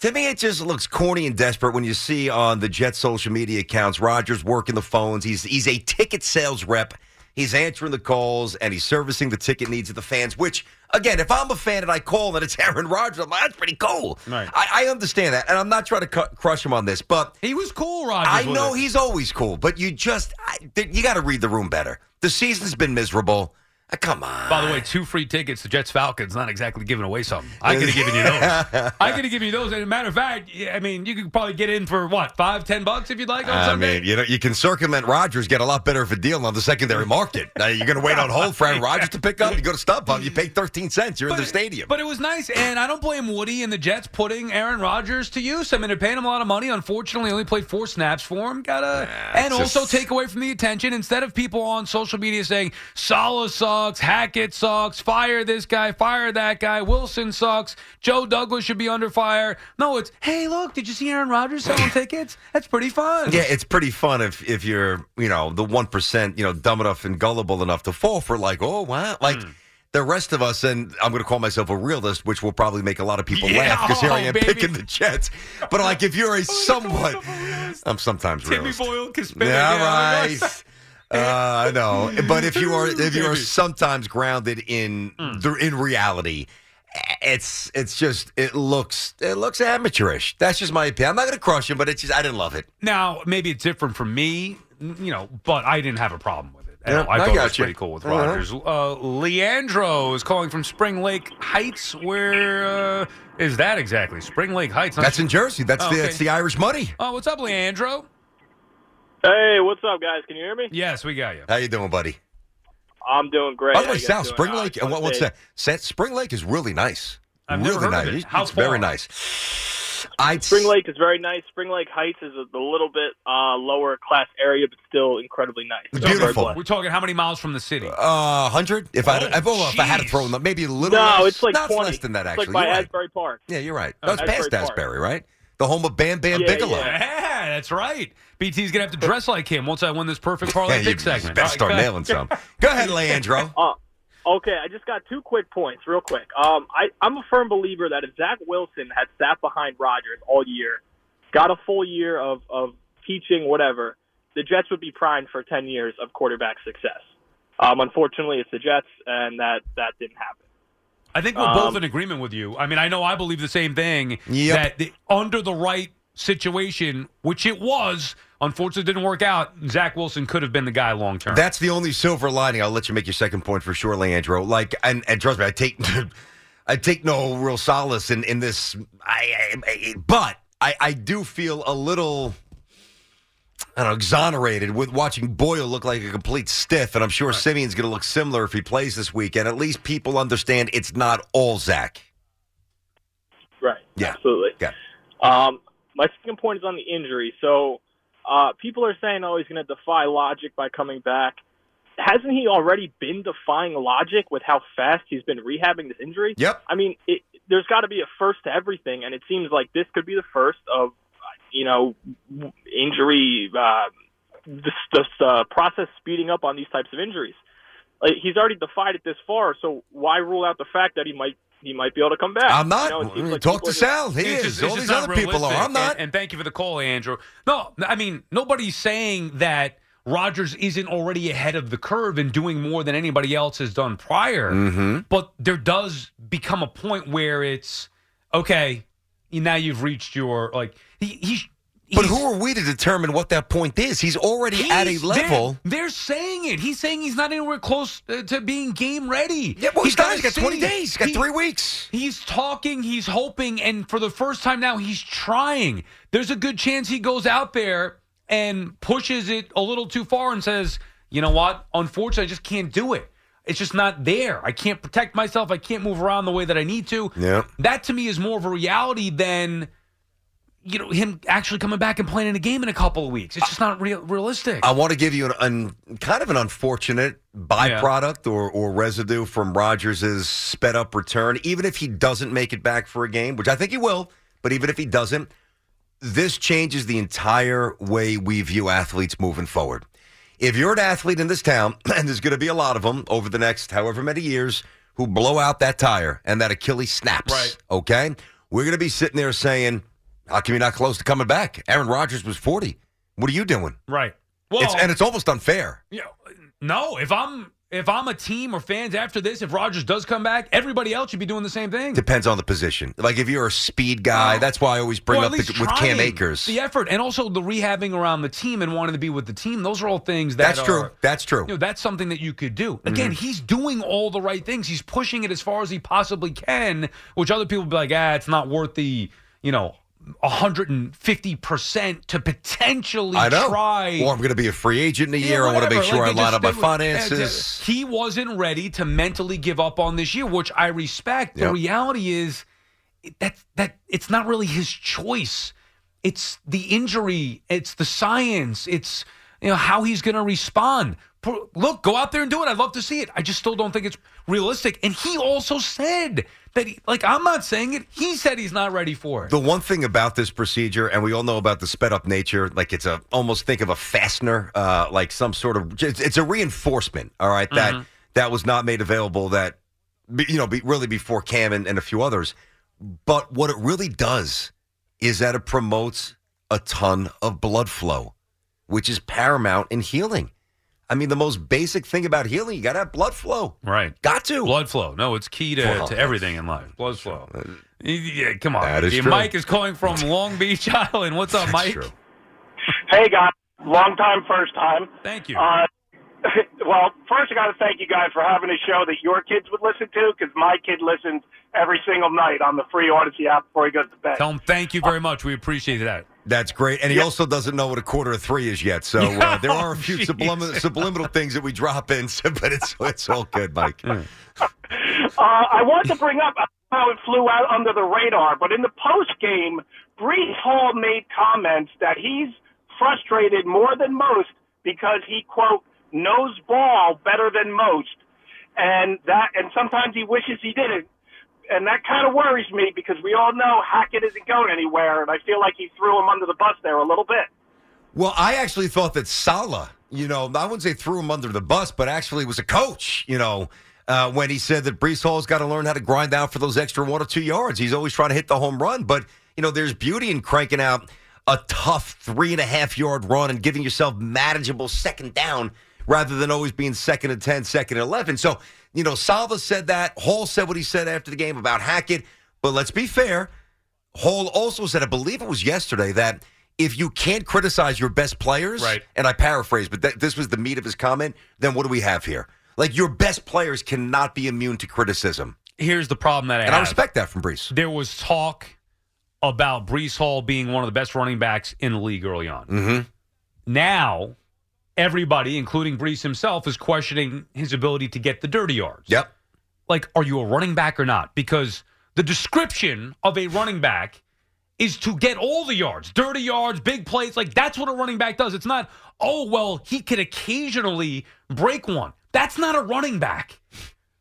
D: To me, it just looks corny and desperate when you see on the Jets social media accounts Rogers working the phones. He's he's a ticket sales rep. He's answering the calls and he's servicing the ticket needs of the fans. Which, again, if I'm a fan and I call and it's Aaron Rodgers, I'm like, that's pretty cool.
C: Right.
D: I, I understand that, and I'm not trying to cu- crush him on this, but
C: He was cool, Rogers.
D: I
C: with
D: know
C: it.
D: he's always cool. But you just I, th- you got to read the room better. The season's been miserable. Uh, Come on.
C: By the way, two free tickets to Jets Falcons. Not exactly giving away something. I could have given you those. I could have given you those. And a matter of fact, yeah, I mean, you could probably get in for what five, ten bucks if you'd like on
D: I
C: Sunday.
D: mean, you know, you can circumvent Rodgers, get a lot better of a deal on the secondary market. Now, you're going to wait on hold for Aaron Rodgers to pick up. You go to StubHub, you pay 13 cents. You're in the stadium.
C: But it was nice, and I don't blame Woody and the Jets putting Aaron Rodgers to use. I mean, they're paying him a lot of money. Unfortunately, only played four snaps for him. Gotta and
D: it's just-
C: also take away from the attention. Instead of people on social media saying Sala sucks, Hackett sucks, fire this guy, fire that guy, Wilson sucks, Joe Douglas should be under fire. No, it's hey, look, did you see Aaron Rodgers selling tickets? That's pretty fun.
D: Yeah, it's pretty fun if if you're you know the one percent you know dumb enough and gullible enough to fall for like oh wow like
C: Hmm.
D: the rest of us and I'm going to call myself a realist, which will probably make a lot of people
C: Yeah,
D: laugh because here I
C: oh,
D: am
C: baby. Oh,
D: picking the Jets. But like if you're a somewhat, I'm sometimes
C: Timmy
D: realist.
C: Boyle can spin
D: Yeah,
C: it down.
D: right. Uh, I know, but if you are if you are sometimes grounded in
C: Hmm.
D: the in reality, it's it's just it looks it looks amateurish. That's just my opinion. I'm not going to crush him, but it's just I didn't love it.
C: Now, maybe it's different for me, n- you know, but I didn't have a problem with it. at
D: Yeah,
C: all.
D: I
C: I thought it was
D: gotcha.
C: pretty cool with
D: Uh-huh.
C: Rogers. Uh, Leandro is calling from Spring Lake Heights. Where uh, is that exactly? Spring Lake Heights. not-
D: That's in Jersey. That's
C: Oh,
D: the
C: okay.
D: that's the Irish money.
C: Oh, what's up, Leandro?
I: Hey, what's up, guys? Can you hear me?
C: Yes, we got you.
D: How you doing, buddy?
I: I'm doing great.
D: By the
I: How
D: way,
I: you guys
D: Sal,
I: doing?
D: Spring
I: Uh,
D: Lake,
I: I
D: and
I: wanna
D: what, what's
I: say-
D: that? Sa- Spring Lake is really nice.
C: I've
D: really
C: never heard
D: nice.
C: of it.
D: It's-
C: How
D: it's very
C: far?
D: nice. I'd
I: Spring Lake is very nice. Spring Lake Heights is a, a little bit uh, lower class area, but still incredibly nice. So I'm very
D: Beautiful.
I: blessed.
C: We're talking how many miles from the city?
D: Uh, hundred. If I, had,
C: Oh,
D: if, oh, if I had to throw in the- maybe a little.
I: No,
D: less.
I: it's like
D: No,
I: 20.
D: less than that.
I: It's
D: Actually,
I: like by
D: you're right.
I: Asbury Park.
D: Yeah, you're right. No, it's
I: Okay.
D: past
I: Asbury Park.
D: Asbury, right? The home of Bam Bam
I: Yeah,
D: Bigelow.
I: yeah.
C: Yeah, that's right. BT's gonna have to dress like him once I win this perfect parlay
D: Yeah, you
C: pick segment.
D: better
C: All right,
D: start
C: go ahead.
D: nailing some. Go ahead, Leandro.
I: Uh, okay, I just got two quick points, real quick. Um, I, I'm a firm believer that if Zach Wilson had sat behind Rodgers all year, got a full year of, of teaching, whatever, the Jets would be primed for 10 years of quarterback success. Um, unfortunately, it's the Jets, and that, that didn't happen.
C: I think we're
I: Um,
C: both in agreement with you. I mean, I know I believe the same thing
D: Yep.
C: that the, under the right situation, which it was, unfortunately didn't work out. Zach Wilson could have been the guy long term.
D: That's the only silver lining. I'll let you make your second point for sure, Leandro. Like, and, and trust me, I take, I take no real solace in in this. I, I- I- but I, I do feel a little, I don't know, exonerated with watching Boyle look like a complete stiff, and I'm sure Simeon's going to look similar if he plays this weekend. At least people understand it's not all Zach.
I: Right.
D: Yeah.
I: Absolutely.
D: Yeah.
I: Um, my second point is on the injury. So uh, people are saying, oh, he's going to defy logic by coming back. Hasn't he already been defying logic with how fast he's been rehabbing this injury?
D: Yep.
I: I mean, it, there's got to be a first to everything, and it seems like this could be the first of, you know, w- injury, uh, the, the, the uh, process speeding up on these types of injuries. Like, he's already defied it this far, so why rule out the fact that he might he might be able to come back?
D: I'm
I: You know, it
D: not.
I: seems like
D: Talk
I: people
D: to
I: are just-
D: Sal. He
C: It's
D: is.
C: just- it's
D: all
C: just
D: these
C: not
D: other people are.
C: realistic.
D: I'm not.
C: And, and thank you for the call, Andrew. No, I mean nobody saying that Rodgers isn't already ahead of the curve and doing more than anybody else has done prior. But there does become a point where it's okay. Now you've reached your like he. he
D: But
C: he's-
D: who are we to determine what that point is? He's already at a
C: He's-
D: level.
C: They're, they're saying it. He's saying he's not anywhere close uh, to being game ready.
D: Yeah, well, he's not.
C: gotta
D: He's got
C: see.
D: 20 days. He's got
C: He-
D: three weeks.
C: He's talking, he's hoping, and for the first time now, he's trying. There's a good chance he goes out there and pushes it a little too far and says, you know what? Unfortunately, I just can't do it. It's just not there. I can't protect myself. I can't move around the way that I need to.
D: Yeah.
C: That to me is more of a reality than you know him actually coming back and playing in a game in a couple of weeks. It's just not real realistic.
D: I want to give you an, an kind of an unfortunate byproduct or, or residue from Rogers' sped up return. Even if he doesn't make it back for a game, which I think he will, but even if he doesn't, this changes the entire way we view athletes moving forward. If you're an athlete in this town, and there's going to be a lot of them over the next however many years who blow out that tire and that Achilles snaps,
C: Right.
D: okay? We're going to be sitting there saying, How come you're not close to coming back? Aaron Rodgers was 40. What are you doing?
C: right. Well,
D: it's, and it's almost unfair.
C: you know, no. If I'm If I'm a team or fans after this, if Rodgers does come back, everybody else should be doing the same thing.
D: Depends on the position. Like if you're a speed guy, that's why I always bring
C: Or at
D: up the,
C: least
D: with Cam
C: trying
D: Akers.
C: The effort and also the rehabbing around the team and wanting to be with the team. Those are all things that
D: That's true.
C: are-
D: That's true.
C: You know, that's something that you could do. Again,
D: Mhm.
C: he's doing all the right things. He's pushing it as far as he possibly can, which other people be like, ah, it's not worth the, you know, 150% to potentially
D: I know.
C: try.
D: Or I'm going to be a free agent in a
C: Yeah,
D: year. I want to
C: whatever.
D: make sure
C: Like,
D: I
C: they
D: line
C: just
D: up my
C: stay with- yeah,
D: finances.
C: exactly. He wasn't ready to mentally give up on this year, which I respect. The
D: Yep.
C: reality is that that it's not really his choice. It's the injury. It's the science. It's you know how he's going to respond. Pro- Look, go out there and do it. I'd love to see it. I just still don't think it's realistic. And he also said that, he, like, I'm not saying it. He said he's not ready for it.
D: The one thing about this procedure, and we all know about the sped up nature, like it's a almost think of a fastener, uh, like some sort of it's, it's a reinforcement. All right, that
C: Mm-hmm.
J: Mhm.
D: that was not made available. That be- you know, be, really before Cam and, and a few others. But what it really does is that it promotes a ton of blood flow, which is paramount in healing. I mean, the most basic thing about healing, you got to have blood flow.
C: Right.
D: Got to.
C: Blood flow. No, it's key to,
D: Well,
C: to everything in life. Blood flow. Yeah, come on.
D: That is
C: Yeah,
D: true.
C: Mike is calling from Long Beach Island. What's up, Mike?
K: Hey, guys. Long time, first time.
C: Thank you.
K: Uh, well, first, I got to thank you guys for having a show that your kids would listen to because my kid listens every single night on the free Odyssey app before he goes to bed.
C: Tell him thank you very much. We appreciate that.
D: That's great. And he also doesn't know what a quarter of three is yet. So uh, there are a few
C: Jeez.
D: sublimi- subliminal things that we drop in, so- but it's it's all good, Mike.
K: Uh, I want to bring up how it flew out under the radar, but in the post game, Brees Hall made comments that he's frustrated more than most because he quote knows ball better than most, and that and sometimes he wishes he didn't, and that kind of worries me because we all know Hackett isn't going anywhere, and I feel like he threw him under the bus there a little bit.
D: Well, I actually thought that Sala, you know, I wouldn't say threw him under the bus, but actually was a coach, you know, uh, when he said that Brees Hall's got to learn how to grind out for those extra one or two yards. He's always trying to hit the home run, but, you know, there's beauty in cranking out a tough three and a half yard run and giving yourself manageable second down rather than always being second and 10, second and 11. So, you know, Sala said that. Hall said what he said after the game about Hackett. But let's be fair. Hall also said, I believe it was yesterday, that if you can't criticize your best players, right. and I paraphrase, but that, this was the meat of his comment, then what do we have here? Like, your best players cannot be immune to criticism.
C: Here's the problem that I
D: and
C: have.
D: I respect that from Brees.
C: There was talk about Brees Hall being one of the best running backs in the league early on.
D: Mm-hmm.
C: Now, everybody, including Brees himself, is questioning his ability to get the dirty yards.
D: Yep.
C: Like, are you a running back or not? Because the description of a running back is to get all the yards, dirty yards, big plays. Like, that's what a running back does. It's not, oh, well, he could occasionally break one. That's not a running back.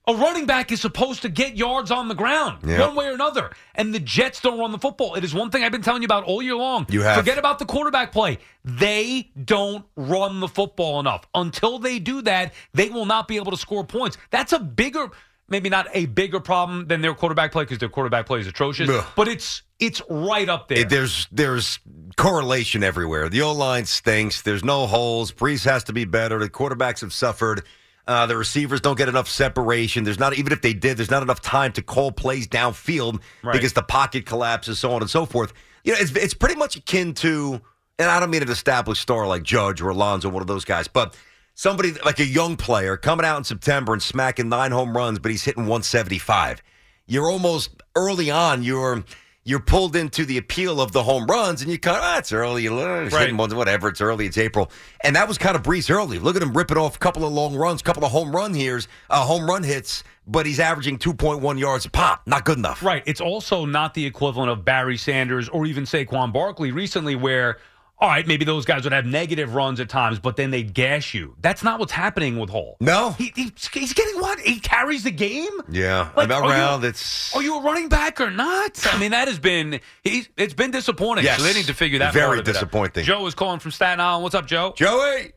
C: A running back is supposed to get yards on the ground,
D: Yeah.
C: one way or another. And the Jets don't run the football. It is one thing I've been telling you about all year long.
D: You have.
C: Forget about the quarterback play. They don't run the football enough. Until they do that, they will not be able to score points. That's a bigger, maybe not a bigger problem than their quarterback play because their quarterback play is atrocious.
D: Ugh.
C: But it's it's right up there.
D: It- there's there's correlation everywhere. The O line stinks. There's no holes. Brees has to be better. The quarterbacks have suffered. Uh, the receivers don't get enough separation. There's not even if they did, there's not enough time to call plays downfield
J: Right.
D: because the pocket collapses, so on and so forth. You know, it's it's pretty much akin to, and I don't mean an established star like Judge or Alonzo, one of those guys, but somebody like a young player coming out in September and smacking nine home runs, but he's hitting 175 you're almost early on you're you're pulled into the appeal of the home runs and you kind of ah, it's early it's hitting ones, whatever it's early it's april and that was kind of breeze early look at him ripping off a couple of long runs couple of home run here's uh, home run hits but he's averaging 2.1 yards a pop not good enough
C: Right. It's also not the equivalent of Barry Sanders or even Saquon Barkley recently, where, all right, maybe those guys would have negative runs at times, but then they'd gash you. That's not what's happening with Hall.
D: No.
C: He, he- he's getting what? He carries the game?
D: yeah
C: Like,
D: about
C: are you-
D: round it's
C: Are you a running back or not? I mean, that has been, he's, it's been disappointing.
D: Yes.
C: So they need to figure that
D: Very
C: part of it out.
D: disappointing.
C: Joe is calling from Staten Island. What's up, Joe?
D: Joey!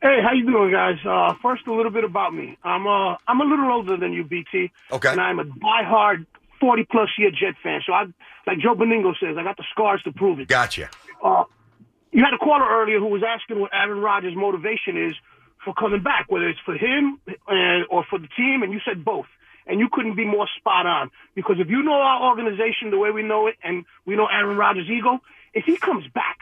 L: Hey, how you doing, guys? Uh, first, a little bit about me. I'm uh, I'm a little older than you, BT.
D: Okay.
L: And I'm a diehard 40 plus year Jet fan. So I, like Joe Beningo says, I got the scars to prove it.
D: Gotcha.
L: Uh, you had a caller earlier who was asking what Aaron Rodgers' motivation is for coming back, whether it's for him and, or for the team, and you said both. And you couldn't be more spot on because if you know our organization the way we know it, and we know Aaron Rodgers' ego, if he comes back,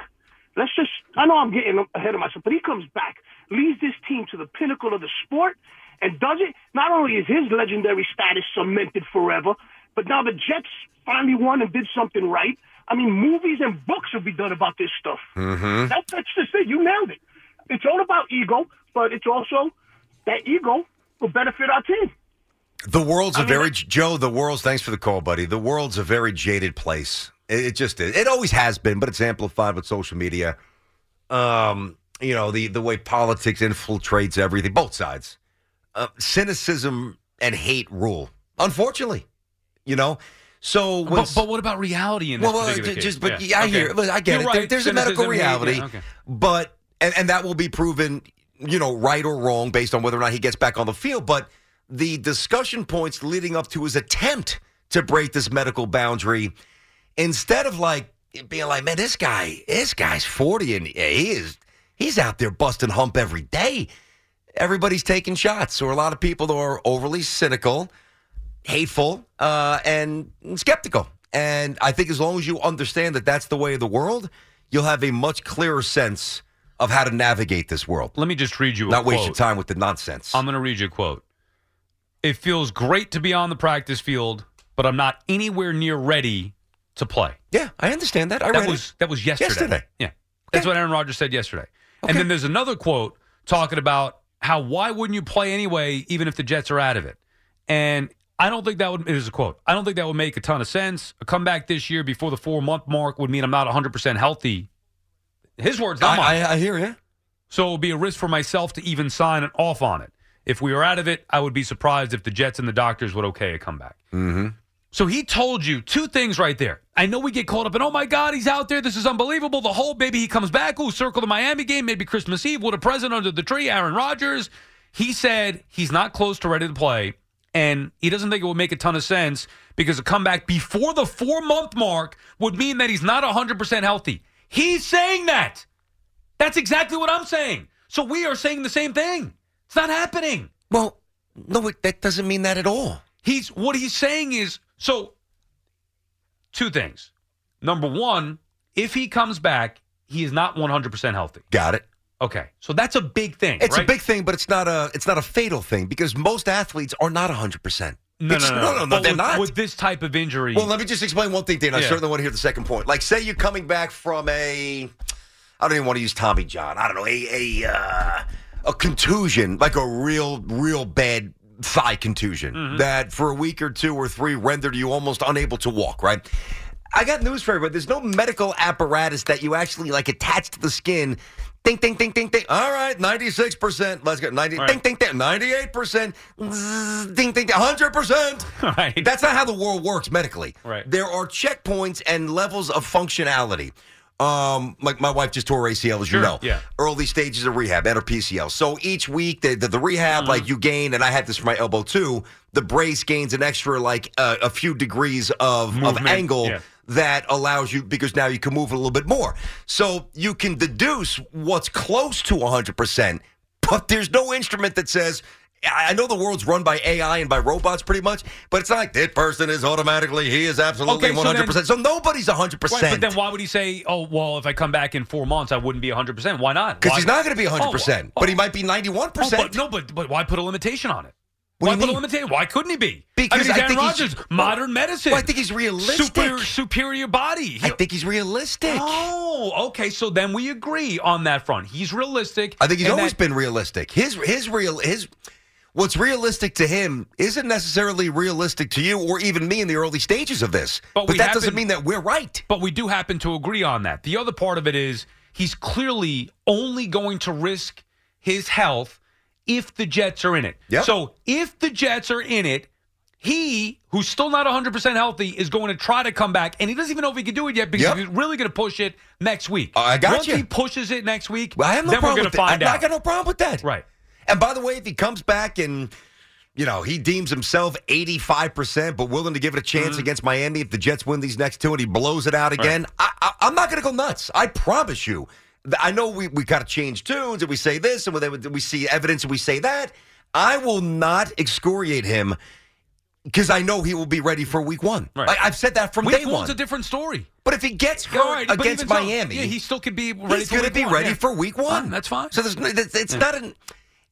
L: let's just, I know I'm getting ahead of myself, but he comes back, leads this team to the pinnacle of the sport, and does it. Not only is his legendary status cemented forever, but now the Jets finally won and did something right. I mean, movies and books will be done about this stuff.
M: Uh-huh.
J: Mm-hmm.
L: That, that's just it. You nailed it. It's all about ego, but it's also that ego will benefit our team.
D: The world's a very Joe. The world's thanks for the call, buddy. The world's a very jaded place. It, it just is. It always has been, but it's amplified with social media. Um, you know the the way politics infiltrates everything. Both sides, uh, cynicism and hate rule. Unfortunately, you know. So, when
C: But, but what about reality in this
D: well, well,
C: particular
D: ju-
C: case?
D: just but
C: Yeah.
D: I
C: Okay.
D: hear, it. Look, I get
C: You're
D: it.
C: right.
D: There- there's a
C: Cynicism,
D: medical
C: hate, yeah,
D: reality,
C: okay.
D: but and and that will be proven, you know, right or wrong based on whether or not he gets back on the field. But the discussion points leading up to his attempt to break this medical boundary, instead of like being like, man, this guy, this guy's forty and he is, he's out there busting hump every day. Everybody's taking shots, or a lot of people are overly cynical hateful uh, and skeptical. And I think as long as you understand that that's the way of the world, you'll have a much clearer sense of how to navigate this world.
C: Let me just read you. a
D: Not waste your
C: quote. Uh,
D: time with the nonsense.
C: I'm going to read you a quote. It feels great to be on the practice field, but I'm not anywhere near ready to play.
D: Yeah, I understand that. I
C: that
D: read
C: was
D: it.
C: that was yesterday.
D: Yesterday.
C: Yeah, that's what Aaron Rodgers said yesterday. And then there's another quote talking about how why wouldn't you play anyway, even if the Jets are out of it. And I don't think that would. It was a quote. I don't think that would make a ton of sense. A comeback this year before the four month mark would mean I'm not 100 percent healthy. His words, not mine.
D: I hear you.
C: So it would be a risk for myself to even sign an off on it. If we were out of it, I would be surprised if the Jets and the doctors would okay a comeback.
D: Mm-hmm.
C: So he told you two things right there. I know we get caught up in, oh my God, he's out there. This is unbelievable. The whole baby, he comes back. Ooh, circle the Miami game, maybe Christmas Eve. What a present under the tree, Aaron Rodgers. He said he's not close to ready to play, and he doesn't think it would make a ton of sense because a comeback before the four month mark would mean that he's not 100% healthy. He's saying that. That's exactly what I'm saying. So we are saying the same thing. It's not happening.
D: Well, no, it- that doesn't mean that at all.
C: He's what he's saying is so. Two things. Number one, if he comes back, he is not 100% healthy.
D: Got it.
C: Okay, so that's a big thing.
D: It's a
C: right?
D: big thing, but it's not a it's not a fatal thing because most athletes are not 100%.
C: No,
D: It's-
C: no, no,
D: no, no,
C: But
D: they're
C: with,
D: not.
C: With this type of injury,
D: Well, let me just explain one thing, Dan. I
C: Yeah.
D: certainly want to hear the second point. Like, say you're coming back from a, I don't even want to use Tommy John. I don't know a a uh, a contusion, like a real real bad thigh contusion that for a week or two or three rendered you almost unable to walk. Right. I got news for everybody. There's no medical apparatus that you actually like attach to the skin. Ding, ding, ding, ding, ding. All right, 96%. Let's go. 90, Ding, ding, ding. 98%. Zzz, Ding, ding, ding. 100%.
C: Right.
D: That's not how the world works medically.
C: Right.
D: There are checkpoints and levels of functionality. Um, like my wife just tore her ACL, as
C: Sure,
D: you know.
C: yeah.
D: Early stages of rehab, and her PCL. So each week, the, the, the rehab,
C: Mm-hmm.
D: like you gain, and I had this for my elbow too, the brace gains an extra, like, uh, a few degrees of, of
N: Movement,
D: angle
N: yeah.
D: that allows you because now you can move a little bit more. So you can deduce what's close to 100%, but there's no instrument that says, I I know the world's run by AI and by robots pretty much, but it's not like this person is automatically, he is absolutely
C: Okay, so
D: 100%. So, nobody's 100%.
C: Right, but then why would he say, oh, well, if I come back in four months, I wouldn't be 100%? Why not?
D: because
C: Why-
D: he's not going to be
C: Oh,
D: 100%, but he might be 91%.
C: Oh, but, no, but but why put a limitation on it?
D: What
C: why
D: do you
C: put a
D: mean?
C: limitation? Why couldn't he be?
D: Because
C: I mean, he's
D: I
C: Aaron
D: think he's-
C: Rodgers, modern medicine.
D: Well, I think he's realistic.
C: Super, superior body. I
D: think he's realistic.
C: Oh, okay. So then we agree on that front. He's realistic.
D: I think he's
C: and
D: always
C: that-
D: been realistic. His his real his what's realistic to him isn't necessarily realistic to you or even me in the early stages of this. But,
C: we
D: that
C: happen-
D: doesn't mean that we're right.
C: But we do happen to agree on that. The other part of it is he's clearly only going to risk his health if the Jets are in it. So if the Jets are in it, he, who's still not 100% healthy, is going to try to come back. And he doesn't even know if he can do it yet because
D: Yep.
C: he's really going to push it next week.
D: I got
C: Once
D: you.
C: he pushes it next week,
D: Well, I have no
C: then we're
D: problem
C: going
D: with
C: to
D: that.
C: find
D: I-
C: out.
D: I got no problem with that.
C: Right.
D: And by the way, if he comes back and you know he deems himself eighty five percent, but willing to give it a chance
C: Mm-hmm.
D: against Miami if the Jets win these next two and he blows it out again, I, I, I'm not going to go nuts. I promise you. I know we, we got to change tunes and we say this and we, we see evidence and we say that. I will not excoriate him because I know he will be ready for week one.
C: Right.
D: Like, I've said that from
C: Week
D: day
C: one's
D: one.
C: a different story.
D: But if he gets hurt
C: All right, but
D: against
C: even so,
D: Miami,
C: yeah, he still could be ready
D: he's
C: for
D: going to
C: week
D: be
C: one,
D: ready
C: yeah.
D: for week one.
C: Fine, that's fine.
D: So there's, no- it's, it's
C: Yeah.
D: not an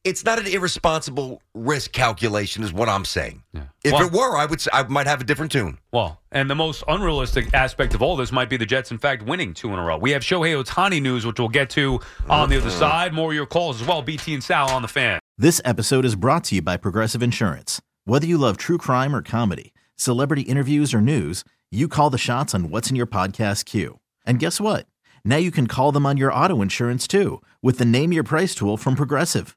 D: it's not an irresponsible risk calculation, is what I'm saying. If
C: Well-
D: it were, I would s- I might have a different tune.
C: Well, and the most unrealistic aspect of all this might be the Jets, in fact, winning two in a row. We have Shohei Otani news, which we'll get to on the other side. More of your calls as well. BT and Sal on the fan.
A: This episode is brought to you by Progressive Insurance. Whether you love true crime or comedy, celebrity interviews or news, you call the shots on what's in your podcast queue. And guess what? Now you can call them on your auto insurance too with the Name Your Price tool from Progressive.